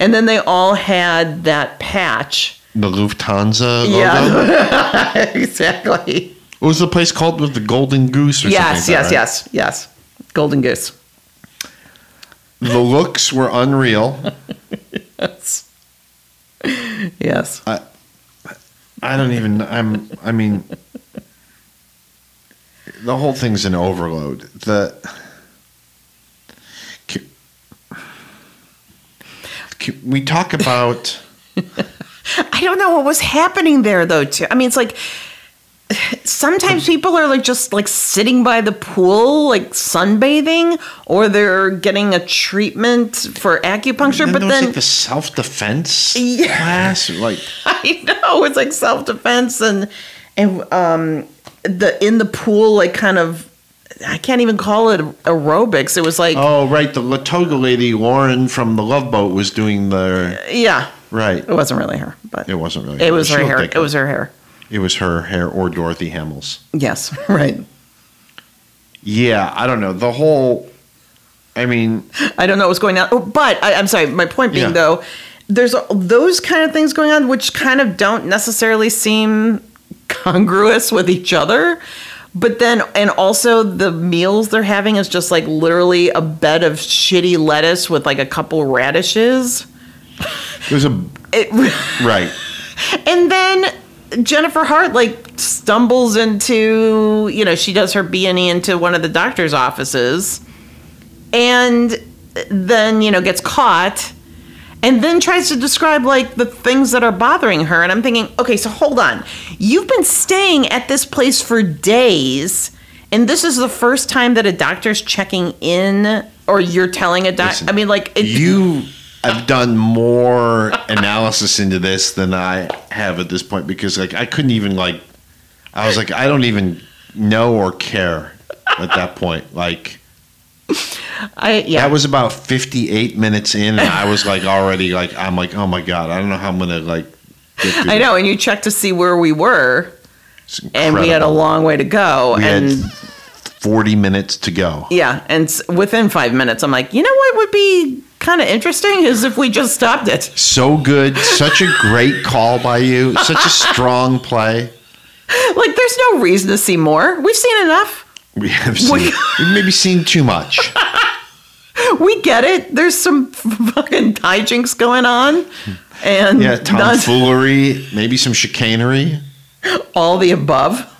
Speaker 2: and then they all had that patch.
Speaker 1: the Lufthansa logo.
Speaker 2: Yeah, exactly.
Speaker 1: What was the place called with the Golden Goose or
Speaker 2: Yes,
Speaker 1: something?
Speaker 2: yes,
Speaker 1: like that, right?
Speaker 2: yes, yes. Golden goose.
Speaker 1: The looks were unreal.
Speaker 2: Yes. Yes.
Speaker 1: I don't even I'm I mean the whole thing's an overload. The can, can we talk about
Speaker 2: I don't know what was happening there though too. I mean it's like sometimes people are like just like sitting by the pool like sunbathing or they're getting a treatment for acupuncture
Speaker 1: then
Speaker 2: but
Speaker 1: there was,
Speaker 2: then
Speaker 1: like the self defense
Speaker 2: Yeah.
Speaker 1: class like
Speaker 2: I know it's like self defense and and um the in the pool like kind of I can't even call it aerobics. It was like
Speaker 1: oh right the Latoga lady Lauren from the Love Boat was doing the
Speaker 2: yeah,
Speaker 1: right
Speaker 2: it wasn't really her, but
Speaker 1: it wasn't really
Speaker 2: it was
Speaker 1: She
Speaker 2: her
Speaker 1: looked
Speaker 2: hair.
Speaker 1: like
Speaker 2: It was her hair.
Speaker 1: it was her hair or Dorothy Hamels
Speaker 2: Yes, right.
Speaker 1: yeah I don't know the whole I mean
Speaker 2: I don't know what's going on. Oh, but I, I'm sorry. My point being,
Speaker 1: Yeah.
Speaker 2: though, there's those kind of things going on, which kind of don't necessarily seem congruous with each other. But then, and also the meals they're having is just like literally a bed of shitty lettuce with like a couple radishes.
Speaker 1: there's a
Speaker 2: It,
Speaker 1: right
Speaker 2: and then Jennifer Hart like stumbles into, you know, she does her B and E into one of the doctor's offices, and then you know gets caught, and then tries to describe like the things that are bothering her. And I'm thinking, okay, so hold on, you've been staying at this place for days. And this is the first time that a doctor's checking in, or you're telling a doctor.
Speaker 1: Listen,
Speaker 2: I mean, like, it,
Speaker 1: you have done more analysis into this than I have at this point because like I couldn't even like I was like I don't even know or care at that point. Like
Speaker 2: I yeah,
Speaker 1: that was about 58 minutes in and I was like already like I'm like oh my god, I don't know how I'm going to like get through
Speaker 2: I know. And you checked to see where we were,
Speaker 1: this. It's
Speaker 2: and we had a
Speaker 1: incredible.
Speaker 2: long way to go.
Speaker 1: We had
Speaker 2: and
Speaker 1: 40 minutes to go.
Speaker 2: yeah, and s- within five minutes, I'm like, you know what would be kind of interesting is if we just stopped it.
Speaker 1: So good, such a great call by you, such a strong play.
Speaker 2: Like, there's no reason to see more. We've seen enough.
Speaker 1: We have seen, we've maybe seen too much.
Speaker 2: We get it. There's some fucking hijinks going on, and
Speaker 1: Yeah,
Speaker 2: none-
Speaker 1: tomfoolery, maybe some chicanery,
Speaker 2: all the above.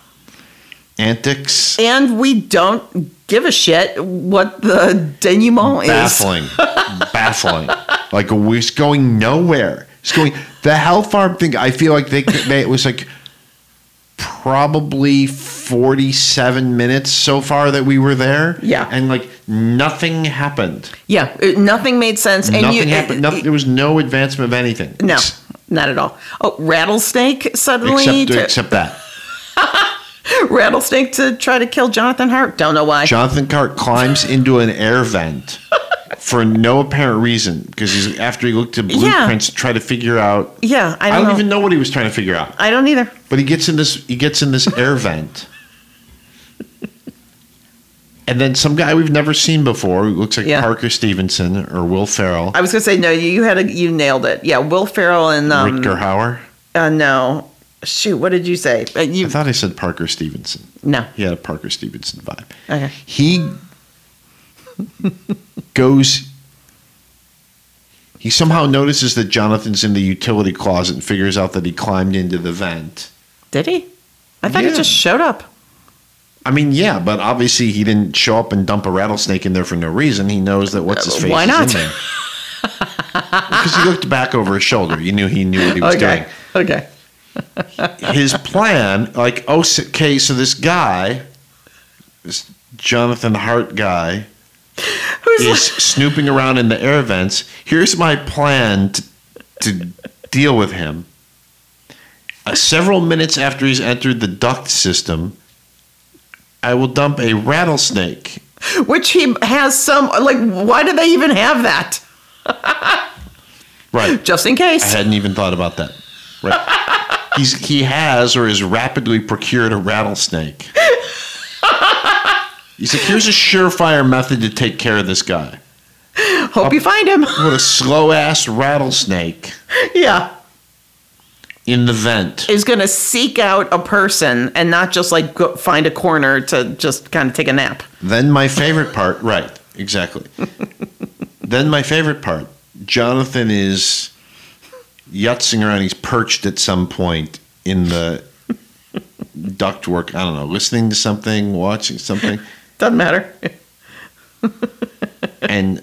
Speaker 1: antics.
Speaker 2: And we don't give a shit what the denouement is.
Speaker 1: Baffling. Baffling. Like we're just going nowhere. It's going the Hell Farm thing. I feel like they, they it was like probably forty-seven minutes so far that we were there.
Speaker 2: Yeah.
Speaker 1: and like nothing happened.
Speaker 2: Yeah, it- nothing made sense. And
Speaker 1: nothing
Speaker 2: you, uh,
Speaker 1: happened. nothing, there was no advancement of anything.
Speaker 2: No,
Speaker 1: Ex-
Speaker 2: not at all. Oh, rattlesnake suddenly
Speaker 1: except
Speaker 2: to-
Speaker 1: except that
Speaker 2: rattlesnake to try to kill Jonathan Hart. Don't know why.
Speaker 1: Jonathan Cart climbs into an air vent. For no apparent reason, because he's after he looked at blueprints to try to figure out.
Speaker 2: yeah, I
Speaker 1: I
Speaker 2: don't,
Speaker 1: don't
Speaker 2: know.
Speaker 1: even know what he was trying to figure out.
Speaker 2: I don't either.
Speaker 1: But he gets in this he gets in this air vent. And then some guy we've never seen before, who looks like
Speaker 2: Yeah.
Speaker 1: Parker Stevenson or Will Ferrell,
Speaker 2: I was gonna say no. You you had a you nailed it. Yeah, Will Ferrell and um,
Speaker 1: Rutger Hauer.
Speaker 2: uh, no, shoot, what did you say? Uh,
Speaker 1: I
Speaker 2: you
Speaker 1: thought I said Parker Stevenson.
Speaker 2: no.
Speaker 1: He had a Parker Stevenson vibe.
Speaker 2: Okay.
Speaker 1: He goes. He somehow notices that Jonathan's in the utility closet and figures out that he climbed into the vent.
Speaker 2: Did he? I thought
Speaker 1: Yeah.
Speaker 2: he just showed up.
Speaker 1: I mean, yeah, but obviously he didn't show up and dump a rattlesnake in there for no reason. He knows that what's his
Speaker 2: Uh,
Speaker 1: face
Speaker 2: why
Speaker 1: is
Speaker 2: not?
Speaker 1: in there. Because he looked back over his shoulder. You knew he knew what he was
Speaker 2: Okay. Okay.
Speaker 1: doing. His plan, like, oh, s- okay, so this guy, this Jonathan Hart guy,
Speaker 2: Who's
Speaker 1: is snooping around in the air vents. Here's my plan to, to deal with him. Uh, several minutes after he's entered the duct system, I will dump a rattlesnake
Speaker 2: which he has some like? Why do they even have that?
Speaker 1: Right.
Speaker 2: Just in
Speaker 1: I
Speaker 2: case.
Speaker 1: hadn't even thought about that. Right. He's he has or has rapidly procured a rattlesnake. He's like, here's a surefire method to take care of this guy.
Speaker 2: Hope you find him.
Speaker 1: Put a slow ass rattlesnake
Speaker 2: yeah,
Speaker 1: in the vent.
Speaker 2: is gonna seek out a person and not just like go, find a corner to just kind of take a nap.
Speaker 1: Then my favorite part, right, exactly. then my favorite part, Jonathan is yutzing around. He's perched at some point in the ductwork. I don't know, listening to something, watching something.
Speaker 2: Doesn't matter.
Speaker 1: and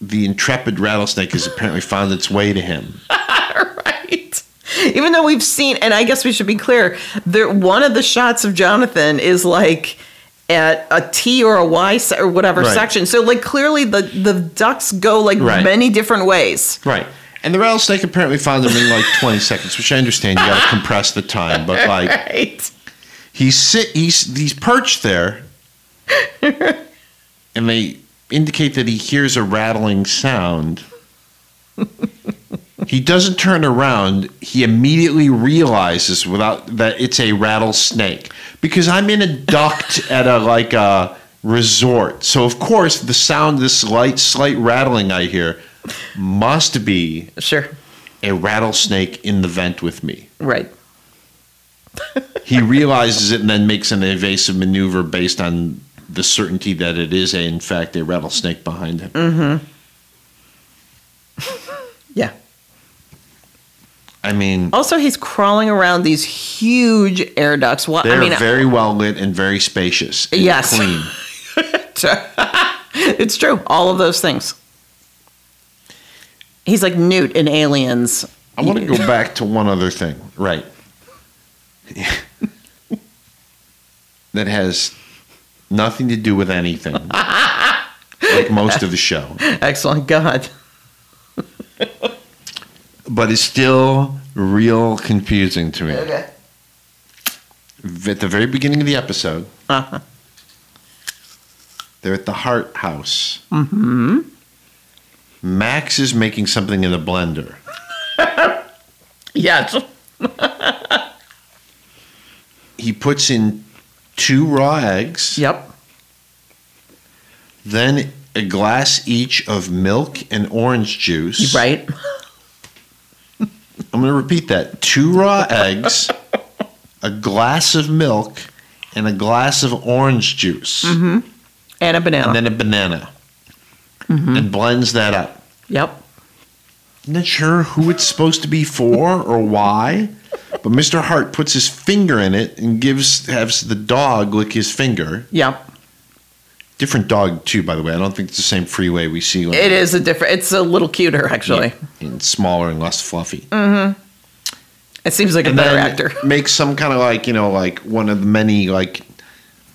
Speaker 1: the intrepid rattlesnake has apparently found its way to him.
Speaker 2: right. Even though we've seen, and I guess we should be clear, there one of the shots of Jonathan is like at a T or a Y se- or whatever
Speaker 1: Right.
Speaker 2: section. So like clearly the the ducks go like
Speaker 1: Right.
Speaker 2: many different ways.
Speaker 1: Right. And the rattlesnake apparently found him in like 20 seconds, which I understand. You got to compress the time, but like
Speaker 2: Right.
Speaker 1: he's sit, he's he's perched there, and they indicate that he hears a rattling sound. He doesn't turn around. He immediately realizes without that it's a rattlesnake because I'm in a duct at a like a resort. So of course the sound, this light slight rattling I hear, must be
Speaker 2: Sure.
Speaker 1: a rattlesnake in the vent with me.
Speaker 2: Right.
Speaker 1: He realizes it and then makes an evasive maneuver based on the certainty that it is, a, in fact, a rattlesnake behind him.
Speaker 2: Mm. Yeah.
Speaker 1: I mean,
Speaker 2: Also, he's crawling around these huge air ducts. Well,
Speaker 1: they're
Speaker 2: I mean,
Speaker 1: very well lit and very spacious. And
Speaker 2: Yes.
Speaker 1: Clean.
Speaker 2: it's true. All of those things. He's like Newt in Aliens.
Speaker 1: I want to go back to one other thing. Right. that has nothing to do with anything. like most of the show.
Speaker 2: Excellent. God.
Speaker 1: But it's still real confusing to me. At the very beginning of the episode,
Speaker 2: Uh-huh.
Speaker 1: They're at the Hart House. Mm-hmm. Max is making something in a blender.
Speaker 2: Yes.
Speaker 1: He puts in two raw eggs,
Speaker 2: Yep.
Speaker 1: then a glass each of milk and orange juice.
Speaker 2: Right.
Speaker 1: I'm going to repeat that. Two raw eggs, a glass of milk, and a glass of orange juice,
Speaker 2: Mm-hmm. And a banana.
Speaker 1: and then a banana.
Speaker 2: Mm-hmm.
Speaker 1: And blends that up.
Speaker 2: yep.
Speaker 1: I'm not sure who it's supposed to be for or why, but Mr. Hart puts his finger in it and gives has the dog lick his finger.
Speaker 2: Yep.
Speaker 1: Different dog too, by the way. I don't think it's the same freeway we see. when-
Speaker 2: It is a different. It's a little cuter actually.
Speaker 1: Yeah, and smaller and less fluffy.
Speaker 2: It seems like Mm, a better actor.
Speaker 1: Make some kind of like you know like one of the many like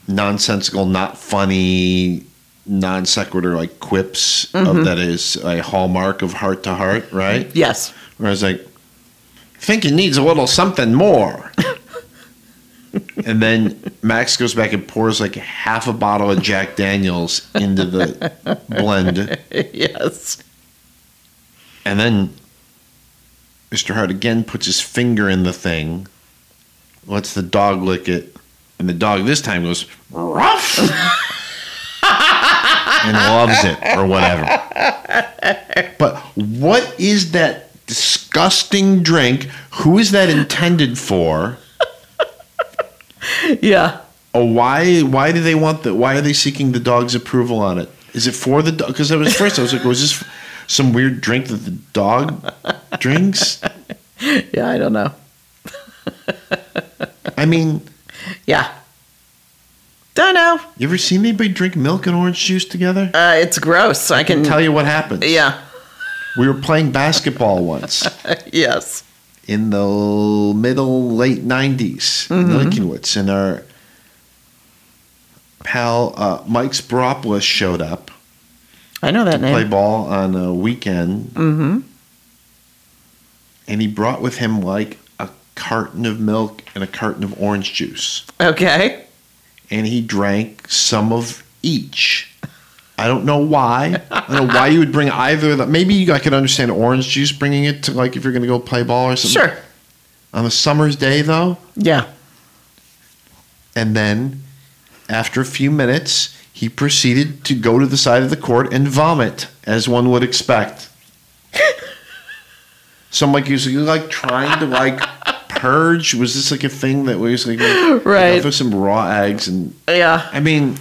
Speaker 1: nonsensical, not funny, non sequitur like quips
Speaker 2: Mm-hmm.
Speaker 1: of that is a hallmark of heart to heart, right?
Speaker 2: Yes.
Speaker 1: Where I was like, I think he needs a little something more. and then Max goes back and pours like half a bottle of Jack Daniels into the blend.
Speaker 2: yes.
Speaker 1: And then Mr. Hart again puts his finger in the thing, lets the dog lick it, and the dog this time goes, ruff! and loves it or whatever. But what is that disgusting drink? Who is that intended for?
Speaker 2: Yeah.
Speaker 1: Oh, why? Why do they want that? Why are they seeking the dog's approval on it? Is it for the dog? Because I was first, I was like, was this some weird drink that the dog drinks?
Speaker 2: Yeah. I don't know.
Speaker 1: I mean,
Speaker 2: Yeah. Don't know.
Speaker 1: you ever seen anybody drink milk and orange juice together?
Speaker 2: Uh, it's gross. I can.
Speaker 1: Tell you what happened.
Speaker 2: Yeah.
Speaker 1: We were playing basketball once
Speaker 2: yes.
Speaker 1: in the middle, late 90s in Lincolnwoods, and our pal uh, Mike Sporopoulos showed up
Speaker 2: I know that
Speaker 1: to play
Speaker 2: name.
Speaker 1: ball on a weekend,
Speaker 2: Mm-hmm.
Speaker 1: and he brought with him like a carton of milk and a carton of orange juice.
Speaker 2: Okay.
Speaker 1: and he drank some of each. I don't know why. I don't know why you would bring either of them. Maybe I could understand orange juice bringing it to like if you're going to go play ball or something.
Speaker 2: Sure.
Speaker 1: On a summer's day though,
Speaker 2: Yeah.
Speaker 1: and then after a few minutes, he proceeded to go to the side of the court and vomit, as one would expect. so I'm like, was he like trying to like purge? Was this like a thing that was like, like
Speaker 2: Right.
Speaker 1: throw some raw eggs and
Speaker 2: Yeah.
Speaker 1: I mean,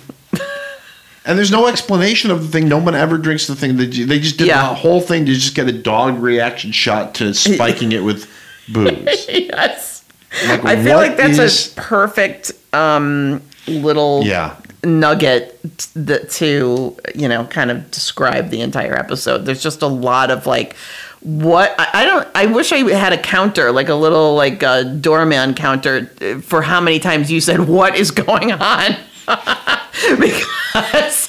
Speaker 1: and there's no explanation of the thing. No one ever drinks the thing. They, ju- they just did
Speaker 2: Yeah.
Speaker 1: the whole thing to just get a dog reaction shot to spiking it with booze.
Speaker 2: yes.
Speaker 1: Like,
Speaker 2: I feel
Speaker 1: what
Speaker 2: like that's
Speaker 1: is-
Speaker 2: a perfect um, little
Speaker 1: Yeah.
Speaker 2: nugget t- that to you know kind of describe the entire episode. There's just a lot of like what I, I don't. I wish I had a counter, like a little like a doorman counter uh, for how many times you said what is going on because.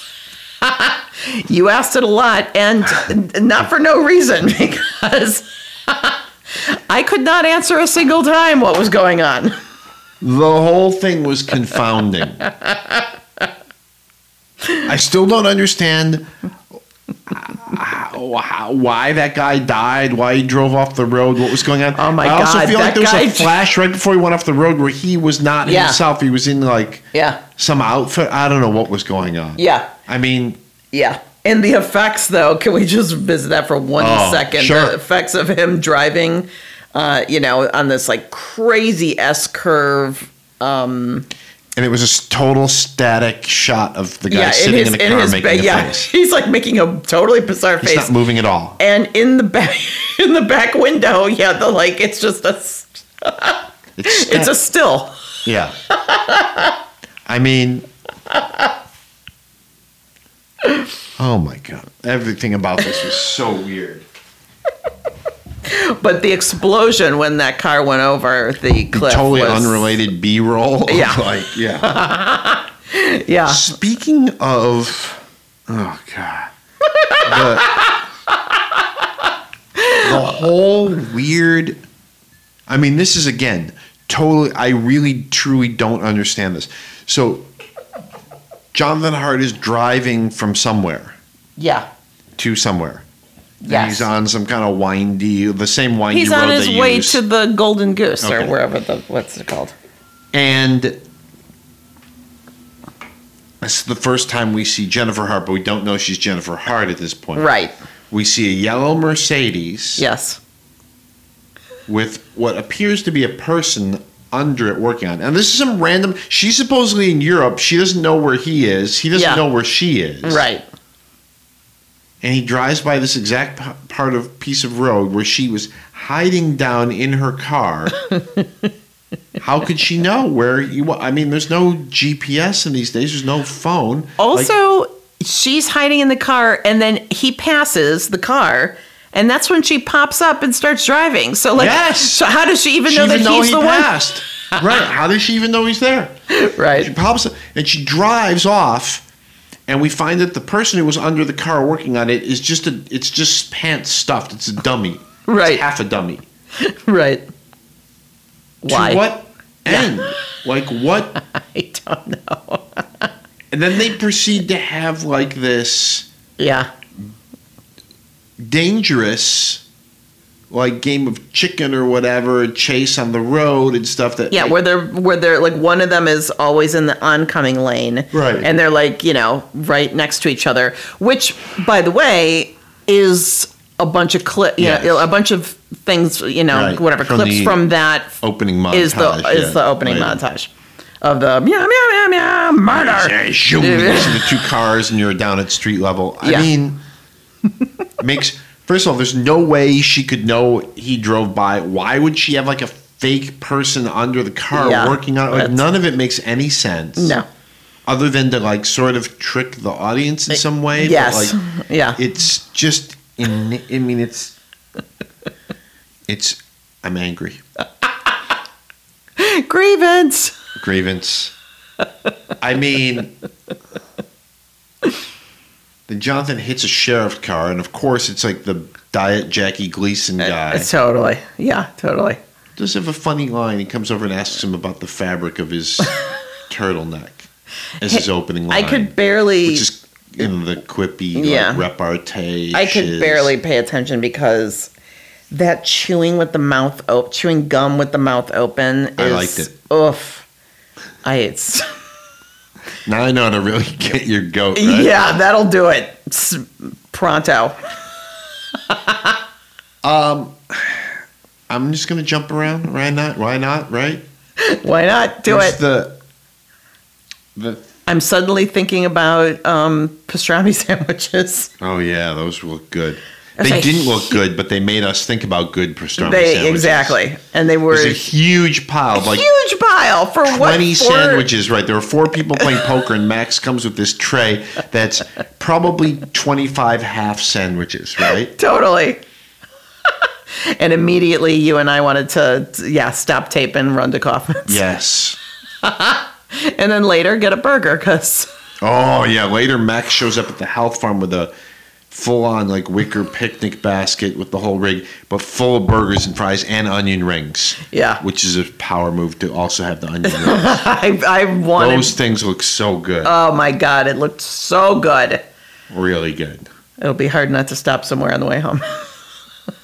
Speaker 2: You asked it a lot, and not for no reason, because I could not answer a single time what was going on.
Speaker 1: The whole thing was confounding. I still don't understand how, how, why that guy died, why he drove off the road, what was going on.
Speaker 2: Oh my
Speaker 1: I also
Speaker 2: God,
Speaker 1: feel
Speaker 2: that
Speaker 1: like there was
Speaker 2: guy-
Speaker 1: a flash right before he went off the road where he was not
Speaker 2: Yeah.
Speaker 1: himself. He was in like
Speaker 2: Yeah,
Speaker 1: some outfit. I don't know what was going on.
Speaker 2: yeah,
Speaker 1: I mean,
Speaker 2: yeah. And the effects, though, can we just visit that for one second?
Speaker 1: Oh, sure.
Speaker 2: The effects of him driving, uh, you know, on this like crazy S curve. Um,
Speaker 1: and it was a s- total static shot of the guy
Speaker 2: yeah, in
Speaker 1: sitting
Speaker 2: his
Speaker 1: in, a
Speaker 2: in
Speaker 1: car
Speaker 2: his
Speaker 1: making
Speaker 2: ba-
Speaker 1: a
Speaker 2: yeah,
Speaker 1: face.
Speaker 2: he's like making a totally bizarre
Speaker 1: He's
Speaker 2: face.
Speaker 1: not moving at all.
Speaker 2: and in the back, in the back window, yeah, the like, it's just a, s-
Speaker 1: It's, sta-
Speaker 2: it's a still.
Speaker 1: yeah. I mean, oh my god, everything about this was so weird.
Speaker 2: But the explosion when that car went over the cliff,
Speaker 1: totally
Speaker 2: was-
Speaker 1: unrelated B-roll.
Speaker 2: Yeah.
Speaker 1: like yeah.
Speaker 2: Yeah,
Speaker 1: Speaking of, oh god, the, the whole weird. I mean, this is again totally. I really, truly don't understand this. So, Jonathan Hart is driving from somewhere
Speaker 2: yeah,
Speaker 1: to somewhere. And
Speaker 2: yes.
Speaker 1: he's on some kind of windy, the same windy
Speaker 2: He's
Speaker 1: road
Speaker 2: on his
Speaker 1: they
Speaker 2: way
Speaker 1: use.
Speaker 2: to the Golden Goose or
Speaker 1: Okay.
Speaker 2: wherever the what's it called?
Speaker 1: And this is the first time we see Jennifer Hart, but we don't know she's Jennifer Hart at this point.
Speaker 2: Right.
Speaker 1: We see a yellow Mercedes
Speaker 2: Yes.
Speaker 1: with what appears to be a person under it working on. it. And this is some random. She's supposedly in Europe. She doesn't know where he is. He doesn't
Speaker 2: Yeah.
Speaker 1: know where she is.
Speaker 2: Right.
Speaker 1: And he drives by this exact p- part of piece of road where she was hiding down in her car. How could she know where you? wa- I mean, there's no GPS in these days. There's no phone. Like,
Speaker 2: Also, she's hiding in the car and then he passes the car and that's when she pops up and starts driving. So like
Speaker 1: Yes!
Speaker 2: so how does she even
Speaker 1: She
Speaker 2: know
Speaker 1: even
Speaker 2: that
Speaker 1: know
Speaker 2: he's
Speaker 1: he
Speaker 2: the
Speaker 1: passed. right. How does she even know he's there?
Speaker 2: one?
Speaker 1: She
Speaker 2: Right.
Speaker 1: pops and she drives off, and we find that the person who was under the car working on it is just a it's just pants stuffed. It's a dummy.
Speaker 2: Right.
Speaker 1: It's half a dummy.
Speaker 2: Right. Why?
Speaker 1: To what end? Like what?
Speaker 2: I don't know.
Speaker 1: And then they proceed to have like this
Speaker 2: Yeah.
Speaker 1: dangerous, like game of chicken or whatever chase on the road and stuff. That
Speaker 2: Yeah,
Speaker 1: like,
Speaker 2: where they're where they're like one of them is always in the oncoming lane,
Speaker 1: Right.
Speaker 2: And they're like you know right next to each other, which by the way is a bunch of clip, yeah,
Speaker 1: Yes.
Speaker 2: a bunch of things, you know,
Speaker 1: Right,
Speaker 2: whatever
Speaker 1: from
Speaker 2: clips
Speaker 1: the
Speaker 2: from that
Speaker 1: opening montage
Speaker 2: is the
Speaker 1: yeah,
Speaker 2: is the opening
Speaker 1: later.
Speaker 2: montage of the meow meow meow meow murder.
Speaker 1: Yeah, zoom into the two cars and you're down at street level. I
Speaker 2: Yeah.
Speaker 1: mean, makes first of all, there's no way she could know he drove by. Why would she have like a fake person under the car
Speaker 2: Yeah,
Speaker 1: working on it? Like
Speaker 2: that's-
Speaker 1: none of it makes any sense.
Speaker 2: No,
Speaker 1: other than to like sort of trick the audience in some way. but,
Speaker 2: yes,
Speaker 1: like,
Speaker 2: yeah,
Speaker 1: it's just. In, I mean, it's it's. I'm angry.
Speaker 2: grievance.
Speaker 1: grievance. I mean, then Jonathan hits a sheriff car, and of course, it's like the Diet Jackie Gleason guy.
Speaker 2: Totally, yeah, totally.
Speaker 1: Does have a funny line. He comes over and asks him about the fabric of his turtleneck as his opening
Speaker 2: I
Speaker 1: line.
Speaker 2: could barely.
Speaker 1: which is in the quippy like,
Speaker 2: Yeah.
Speaker 1: repartee.
Speaker 2: I could
Speaker 1: shiz.
Speaker 2: barely pay attention because that chewing with the mouth open, chewing gum with the mouth open. Is,
Speaker 1: I liked it.
Speaker 2: Oof. I it's
Speaker 1: Now I know how to really get your goat. Right?
Speaker 2: yeah, that'll do it. S- pronto.
Speaker 1: I'm just gonna jump around. Why not? Why not? Right?
Speaker 2: Why not do
Speaker 1: There's
Speaker 2: it?
Speaker 1: The the
Speaker 2: I'm suddenly thinking about um, pastrami sandwiches.
Speaker 1: Oh yeah, those look good.
Speaker 2: That's
Speaker 1: They
Speaker 2: a
Speaker 1: didn't look good, but they made us think about good pastrami
Speaker 2: they
Speaker 1: sandwiches.
Speaker 2: exactly, and they were
Speaker 1: There's a huge pile, of, like
Speaker 2: huge pile for what?
Speaker 1: twenty
Speaker 2: for-
Speaker 1: sandwiches. Right, there were four people playing poker, and Max comes with this tray that's probably twenty-five half sandwiches. Right,
Speaker 2: Totally. and immediately, you and I wanted to yeah stop tape and run to Kaufman's.
Speaker 1: yes.
Speaker 2: and then later get a burger because
Speaker 1: Oh yeah. Later, Max shows up at the health farm with a full-on like wicker picnic basket with the whole rig, but full of burgers and fries and onion rings.
Speaker 2: Yeah.
Speaker 1: which is a power move to also have the onion rings.
Speaker 2: I, I wanted.
Speaker 1: Those things look so good.
Speaker 2: oh my god, it looked so good.
Speaker 1: really good.
Speaker 2: It'll be hard not to stop somewhere on the way home.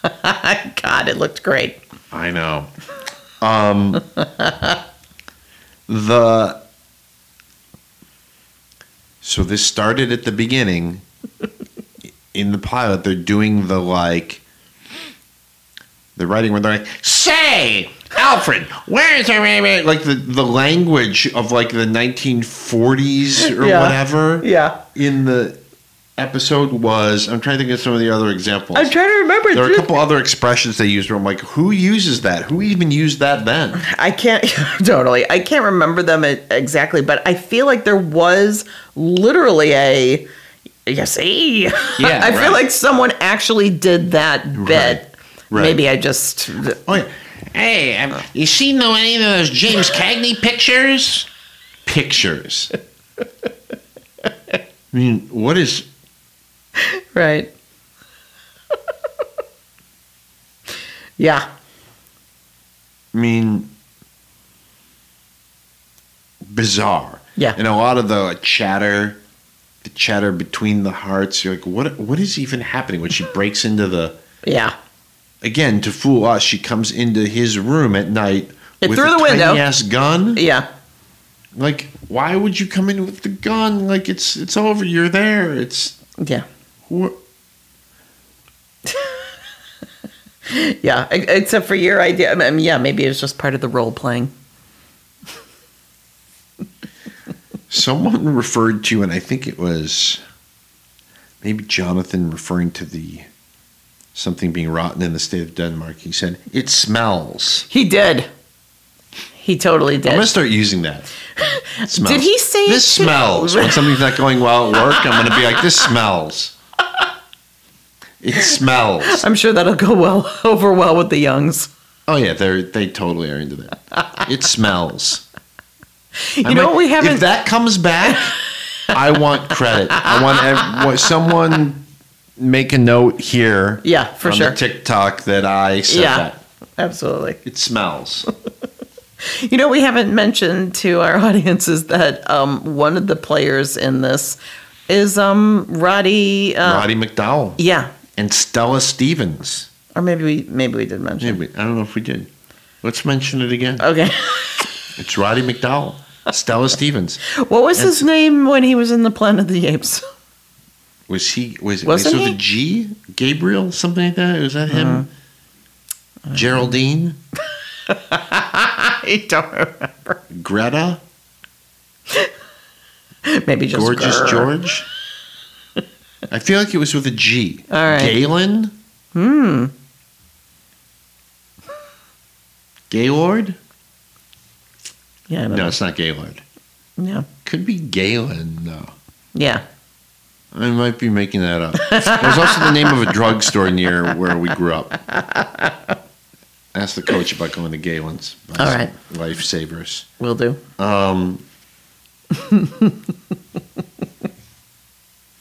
Speaker 2: god, it looked great.
Speaker 1: I know. Um, the so this started at the beginning. In the pilot, they're doing the like. They're writing where they're like, "Say, Alfred, where's the rabbit?" Like the the language of like the 1940s or
Speaker 2: Yeah.
Speaker 1: whatever
Speaker 2: Yeah,
Speaker 1: in the episode was. I'm trying to think of some of the other examples.
Speaker 2: I'm trying to remember.
Speaker 1: There are a
Speaker 2: dude.
Speaker 1: couple other expressions they use where I'm like, who uses that? Who even used that then?
Speaker 2: I can't totally. I can't remember them e- exactly, but I feel like there was literally a. You see,
Speaker 1: Yeah,
Speaker 2: I
Speaker 1: right.
Speaker 2: feel like someone actually did that bit.
Speaker 1: right.
Speaker 2: Maybe I just
Speaker 1: Oh, yeah. Hey, have you seen though any of those James Cagney pictures? Pictures. I mean, what is
Speaker 2: Right. yeah.
Speaker 1: I mean, bizarre.
Speaker 2: Yeah.
Speaker 1: And a lot of the like, chatter, the chatter between the hearts. You're like, what? What is even happening when she breaks into the
Speaker 2: Yeah.
Speaker 1: again to fool us? She comes into his room at night
Speaker 2: It
Speaker 1: with
Speaker 2: through
Speaker 1: a
Speaker 2: the
Speaker 1: tiny
Speaker 2: window.
Speaker 1: ass gun.
Speaker 2: Yeah.
Speaker 1: Like, why would you come in with the gun? Like, it's it's over. You're there. It's
Speaker 2: Yeah.
Speaker 1: wh-
Speaker 2: Yeah. E- Except for your idea. I mean, yeah, maybe it was just part of the role playing.
Speaker 1: someone referred to, and I think it was maybe Jonathan referring to the something being rotten in the state of Denmark. He said it smells.
Speaker 2: He did. He totally
Speaker 1: I'm
Speaker 2: did.
Speaker 1: gonna start using that. Smells.
Speaker 2: Did he say
Speaker 1: this
Speaker 2: it too?
Speaker 1: smells? When something's not going well at work, I'm gonna be like, this smells. It smells.
Speaker 2: I'm sure that'll go well over well with the youngs.
Speaker 1: Oh yeah, they are they totally are into that. It smells.
Speaker 2: You know what we haven't
Speaker 1: If that comes back, I want credit. I want ev- want someone make a note here.
Speaker 2: Yeah, for
Speaker 1: on
Speaker 2: sure.
Speaker 1: The TikTok that I said
Speaker 2: Yeah.
Speaker 1: that.
Speaker 2: Absolutely.
Speaker 1: It smells.
Speaker 2: You know, we haven't mentioned to our audience is that um, one of the players in this is um, Roddy. Uh,
Speaker 1: Roddy McDowell
Speaker 2: Yeah,
Speaker 1: and Stella Stevens.
Speaker 2: or maybe we maybe we did mention.
Speaker 1: Maybe I don't know if we did. Let's mention it again.
Speaker 2: Okay,
Speaker 1: It's Roddy McDowell, Stella Stevens.
Speaker 2: what was his name when he was in the Planet of the Apes?
Speaker 1: Was he? Was was
Speaker 2: Wasn't
Speaker 1: so
Speaker 2: he?
Speaker 1: the G Gabriel something like that? Was that him? Geraldine,
Speaker 2: Uh-huh. I don't remember.
Speaker 1: Greta,
Speaker 2: Maybe just
Speaker 1: Gorgeous
Speaker 2: Grr.
Speaker 1: George. I feel like it was with a G.
Speaker 2: All right.
Speaker 1: Galen,
Speaker 2: Hmm.
Speaker 1: Gaylord.
Speaker 2: Yeah. I don't
Speaker 1: No,
Speaker 2: know.
Speaker 1: it's not Gaylord.
Speaker 2: Yeah.
Speaker 1: Could be Galen though.
Speaker 2: Yeah.
Speaker 1: I might be making that up. It was also the name of a drugstore near where we grew up. Ask the coach about going to Galen's.
Speaker 2: All right.
Speaker 1: Lifesavers.
Speaker 2: Will do.
Speaker 1: Um,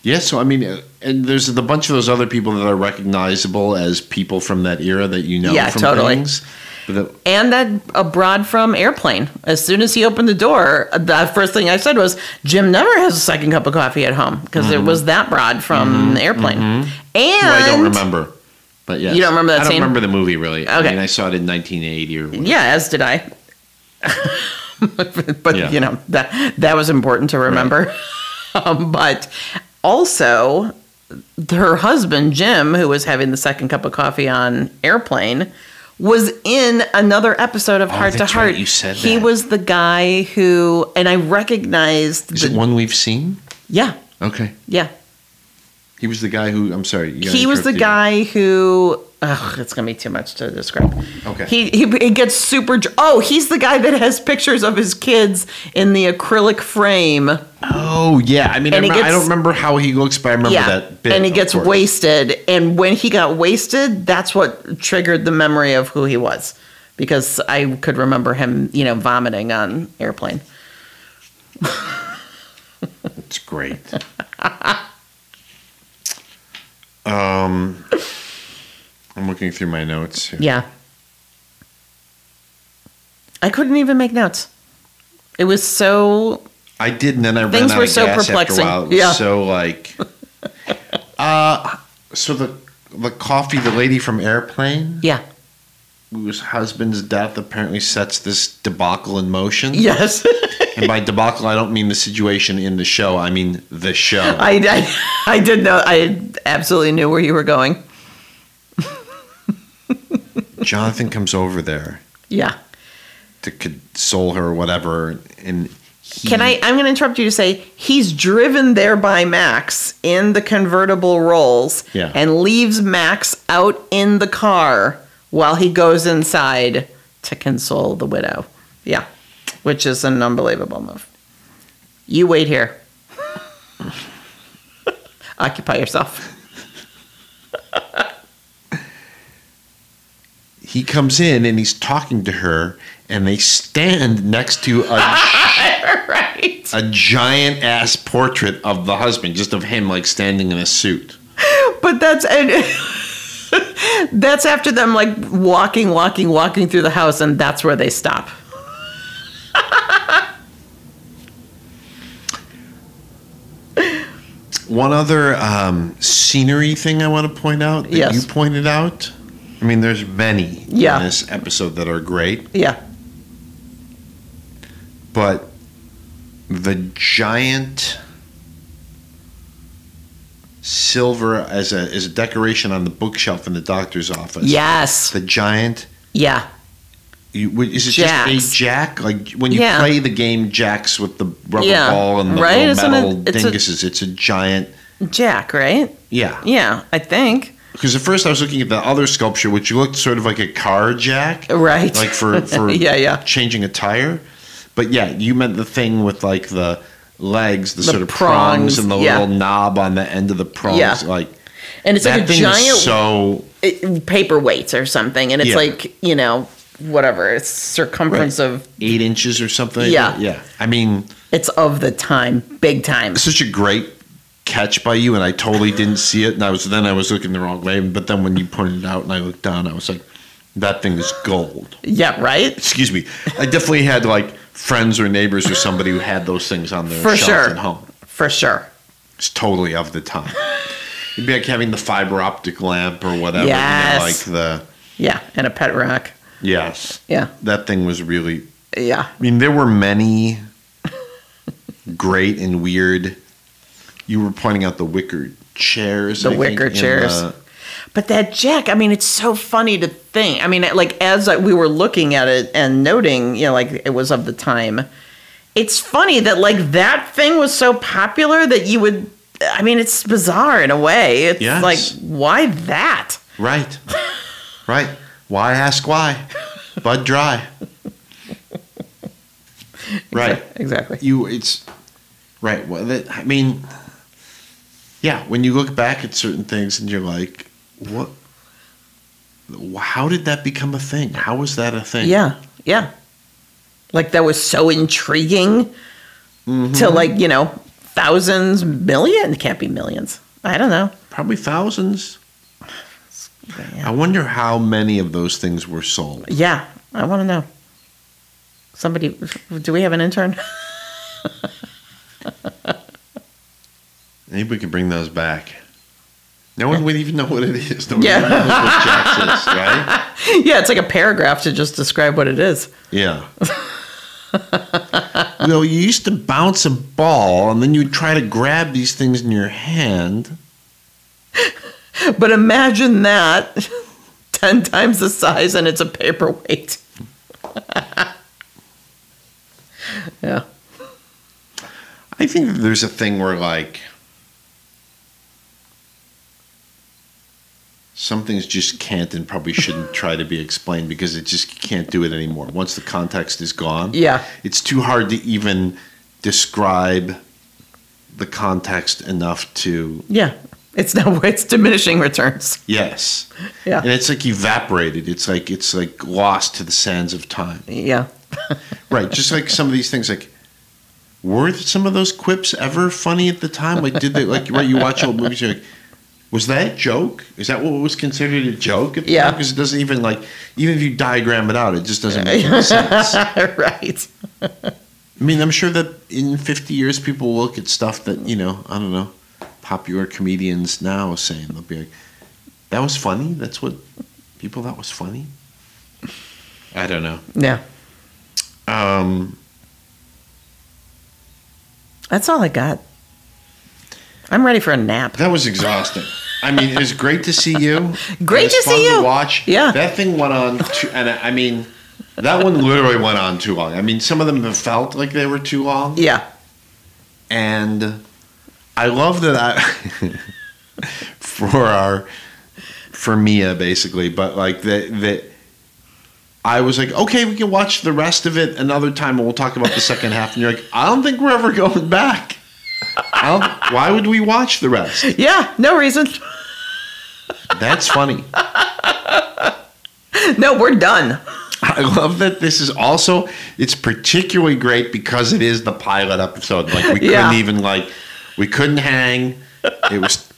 Speaker 1: yeah, so I mean, uh, and there's a bunch of those other people that are recognizable as people from that era that you know
Speaker 2: Yeah,
Speaker 1: from
Speaker 2: totally.
Speaker 1: things. But the-
Speaker 2: And that abroad from airplane. As soon as he opened the door, the first thing I said was, "Jim never has a second cup of coffee at home because
Speaker 1: Mm-hmm.
Speaker 2: it was that broad from airplane." And
Speaker 1: well, Mm-hmm. I don't remember. But yes.
Speaker 2: You don't remember that
Speaker 1: I don't
Speaker 2: scene?
Speaker 1: remember the movie really. I
Speaker 2: Okay.
Speaker 1: mean, I saw it in 1980 or whatever.
Speaker 2: Yeah, as did I. but
Speaker 1: Yeah.
Speaker 2: you know that that was important to remember. um, but also, her husband Jim, who was having the second cup of coffee on airplane, was in another episode of Heart to
Speaker 1: Oh, that's
Speaker 2: Heart.
Speaker 1: right, you said
Speaker 2: he
Speaker 1: that.
Speaker 2: was the guy who, and I recognized.
Speaker 1: Is
Speaker 2: the,
Speaker 1: it one we've seen?
Speaker 2: yeah,
Speaker 1: Okay.
Speaker 2: yeah.
Speaker 1: He was the guy who. I'm sorry. you- I
Speaker 2: he was the
Speaker 1: interrupted
Speaker 2: guy
Speaker 1: you.
Speaker 2: who. Ugh, it's gonna be too much to describe.
Speaker 1: Okay.
Speaker 2: He, he he gets super. dr- Oh, he's the guy that has pictures of his kids in the acrylic frame.
Speaker 1: Oh yeah. I mean, I,
Speaker 2: And he
Speaker 1: remem- I
Speaker 2: gets-
Speaker 1: don't remember how he looks, but I remember
Speaker 2: yeah,
Speaker 1: that bit.
Speaker 2: and he
Speaker 1: of
Speaker 2: gets
Speaker 1: course.
Speaker 2: wasted. And when he got wasted, that's what triggered the memory of who he was, because I could remember him, you know, vomiting on airplane.
Speaker 1: It's great. um, Um, I'm looking through my notes. Here.
Speaker 2: Yeah. I couldn't even make notes. It was so
Speaker 1: I did, and then I
Speaker 2: Things
Speaker 1: ran out
Speaker 2: were
Speaker 1: of
Speaker 2: so
Speaker 1: gas
Speaker 2: perplexing.
Speaker 1: after a while. It was
Speaker 2: Yeah.
Speaker 1: so like. uh, so the the coffee, the lady from Airplane,
Speaker 2: yeah.
Speaker 1: whose husband's death apparently sets this debacle in motion.
Speaker 2: Yes.
Speaker 1: And by debacle, I don't mean the situation in the show. I mean the show.
Speaker 2: I, I, I did know. I absolutely knew where you were going.
Speaker 1: Jonathan comes over there.
Speaker 2: Yeah.
Speaker 1: to console her or whatever. And he,
Speaker 2: Can I? I'm going to interrupt you to say he's driven there by Max in the convertible rolls
Speaker 1: Yeah.
Speaker 2: and leaves Max out in the car while he goes inside to console the widow. Yeah. Which is an unbelievable move. You wait here. Occupy yourself.
Speaker 1: He comes in and he's talking to her, and they stand next to a,
Speaker 2: right.
Speaker 1: a giant ass portrait of the husband, just of him like standing in a suit.
Speaker 2: But that's and that's after them like walking, walking, walking through the house, and that's where they stop.
Speaker 1: One other um, scenery thing I want to point out that
Speaker 2: Yes.
Speaker 1: you pointed out. I mean, there's many
Speaker 2: Yeah.
Speaker 1: in this episode that are great,
Speaker 2: Yeah,
Speaker 1: but the giant silver as a as a decoration on the bookshelf in the doctor's office.
Speaker 2: yes,
Speaker 1: the giant.
Speaker 2: yeah,
Speaker 1: You, wait, is it
Speaker 2: Jacks.
Speaker 1: just a jack? Like when you
Speaker 2: Yeah.
Speaker 1: play the game jacks with the rubber
Speaker 2: Yeah,
Speaker 1: ball and the
Speaker 2: right?
Speaker 1: little
Speaker 2: Isn't it-
Speaker 1: metal
Speaker 2: it's a-
Speaker 1: dinguses, it's a giant.
Speaker 2: Jack, right?
Speaker 1: Yeah.
Speaker 2: Yeah, I think
Speaker 1: Because at first I was looking at the other sculpture, which looked sort of like a car jack,
Speaker 2: Right.
Speaker 1: like for for
Speaker 2: yeah, yeah.
Speaker 1: changing a tire. But yeah, you meant the thing with like the legs, the, sort of prongs,
Speaker 2: prongs,
Speaker 1: and the
Speaker 2: yeah.
Speaker 1: little knob on the end of the prongs.
Speaker 2: Yeah.
Speaker 1: Like
Speaker 2: And it's
Speaker 1: that
Speaker 2: like a
Speaker 1: thing
Speaker 2: giant
Speaker 1: is so
Speaker 2: it- paperweights or something. And it's
Speaker 1: Yeah.
Speaker 2: like, you know, whatever. It's circumference of,
Speaker 1: eight inches or something.
Speaker 2: Yeah.
Speaker 1: yeah. I mean,
Speaker 2: it's of the time, big time.
Speaker 1: such a great catch by you, and I totally didn't see it. And I was then I was looking the wrong way, but then when you pointed it out and I looked down, I was like, that thing is gold.
Speaker 2: Yeah, right?
Speaker 1: excuse me, I definitely had like friends or neighbors or somebody who had those things on their
Speaker 2: For
Speaker 1: shelves
Speaker 2: sure.
Speaker 1: at home.
Speaker 2: For sure.
Speaker 1: It's totally of the time. It'd be like having the fiber optic lamp or whatever.
Speaker 2: Yes.
Speaker 1: You know, like the
Speaker 2: Yeah. And a pet rock.
Speaker 1: yes,
Speaker 2: Yeah.
Speaker 1: that thing was really.
Speaker 2: Yeah.
Speaker 1: I mean, there were many great and weird. You were pointing out the wicker chairs.
Speaker 2: The
Speaker 1: I think,
Speaker 2: wicker
Speaker 1: and uh,
Speaker 2: chairs.
Speaker 1: the-
Speaker 2: But that Jack, I mean, it's so funny to think. I mean, like as I, we were looking at it and noting, you know, like it was of the time. It's funny that like that thing was so popular that you would. I mean, it's bizarre in a way. It's
Speaker 1: Yes.
Speaker 2: like why that?
Speaker 1: Right. right. Why ask why? Bud dry. right.
Speaker 2: Exactly.
Speaker 1: You it's right. Well, that, I mean, yeah. When you look back at certain things and you're like, what? How did that become a thing? How was that a thing?
Speaker 2: Yeah. Yeah. Like that was so intriguing
Speaker 1: Mm-hmm.
Speaker 2: to like you know thousands, million. It can't be millions. I don't know.
Speaker 1: Probably thousands. I wonder how many of those things were sold.
Speaker 2: Yeah, I want to know. Somebody, do we have an intern?
Speaker 1: Maybe we could bring those back. No one would even know what it is. No one
Speaker 2: Yeah.
Speaker 1: even knows what Jack's is, right?
Speaker 2: yeah, it's like a paragraph to just describe what it is.
Speaker 1: Yeah. you know, you used to bounce a ball and then you'd try to grab these things in your hand.
Speaker 2: But imagine that 10 times the size and it's a paperweight. yeah.
Speaker 1: I think that there's a thing where, like, some things just can't and probably shouldn't try to be explained because it just can't do it anymore. Once the context is gone,
Speaker 2: Yeah.
Speaker 1: it's too hard to even describe the context enough to,
Speaker 2: Yeah. It's now it's diminishing returns.
Speaker 1: yes.
Speaker 2: Yeah.
Speaker 1: and it's like evaporated. It's like it's like lost to the sands of time.
Speaker 2: Yeah.
Speaker 1: Right, just like some of these things. Like, were some of those quips ever funny at the time? Like, did they like right? You watch old movies, you're like, was that a joke? Is that what was considered a joke? At the
Speaker 2: Yeah.
Speaker 1: because it doesn't even like even if you diagram it out, it just doesn't make any sense. I
Speaker 2: right.
Speaker 1: mean, I'm sure that in 50 years, people will look at stuff that you know, I don't know, popular comedians now saying they'll be like, that was funny. That's what people thought was funny. I don't know.
Speaker 2: Yeah.
Speaker 1: Um,
Speaker 2: That's all I got. I'm ready for a nap.
Speaker 1: that was exhausting. I mean, it was great to see you.
Speaker 2: Great
Speaker 1: It was
Speaker 2: to see
Speaker 1: fun
Speaker 2: you.
Speaker 1: watch.
Speaker 2: Yeah.
Speaker 1: that thing went on, too, and I I mean, that one literally went on too long. I mean, some of them felt like they were too long,
Speaker 2: Yeah.
Speaker 1: and I love that. I for our for Mia basically, but like that that. I was like, okay, we can watch the rest of it another time, and we'll talk about the second half. And you're like, I don't think we're ever going back. I don't, why would we watch the rest?
Speaker 2: Yeah. No reason.
Speaker 1: That's funny.
Speaker 2: No, we're done.
Speaker 1: I love that this is also it's particularly great because it is the pilot episode. Like we
Speaker 2: Yeah.
Speaker 1: couldn't even like we couldn't hang. It was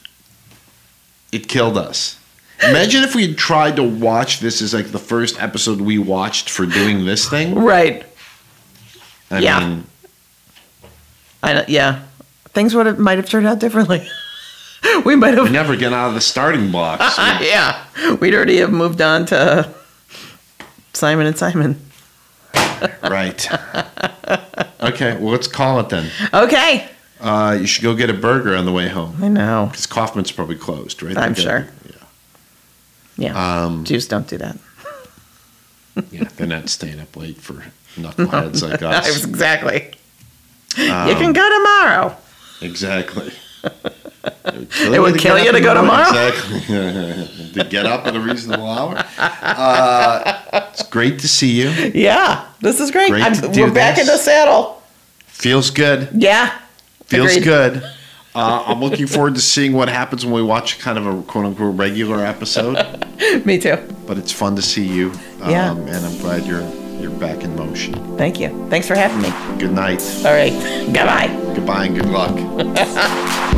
Speaker 1: it killed us. Imagine if we had tried to watch this as like the first episode we watched for doing this thing.
Speaker 2: Right.
Speaker 1: I
Speaker 2: Yeah.
Speaker 1: mean,
Speaker 2: I yeah, things would have might have turned out differently. we might
Speaker 1: we
Speaker 2: have
Speaker 1: never get out of the starting blocks.
Speaker 2: yeah, we'd already have moved on to Simon and Simon.
Speaker 1: right. Okay, well let's call it then.
Speaker 2: Okay,
Speaker 1: Uh, you should go get a burger on the way home.
Speaker 2: I know.
Speaker 1: Because Kaufman's probably closed, right?
Speaker 2: I'm
Speaker 1: They gotta
Speaker 2: sure.
Speaker 1: be-
Speaker 2: Yeah,
Speaker 1: yeah. Um,
Speaker 2: Jews don't do that.
Speaker 1: Yeah, they're not staying up late for knuckleheads like us. Um,
Speaker 2: exactly. you can go tomorrow.
Speaker 1: Exactly.
Speaker 2: It would kill you to go tomorrow?
Speaker 1: Exactly. to get up at a reasonable hour. Uh, it's great to see you.
Speaker 2: Yeah, this is great.
Speaker 1: Great
Speaker 2: I'm,
Speaker 1: to
Speaker 2: we're
Speaker 1: do
Speaker 2: back in
Speaker 1: this.
Speaker 2: the saddle.
Speaker 1: Feels good.
Speaker 2: Yeah.
Speaker 1: Feels
Speaker 2: Agreed.
Speaker 1: good. Uh, I'm looking forward to seeing what happens when we watch kind of a quote unquote regular episode.
Speaker 2: Me too.
Speaker 1: But it's fun to see you. Um,
Speaker 2: Yeah.
Speaker 1: And I'm glad you're you're back in motion.
Speaker 2: Thank you. Thanks for having me.
Speaker 1: Good night.
Speaker 2: All right. Goodbye.
Speaker 1: Goodbye and good luck.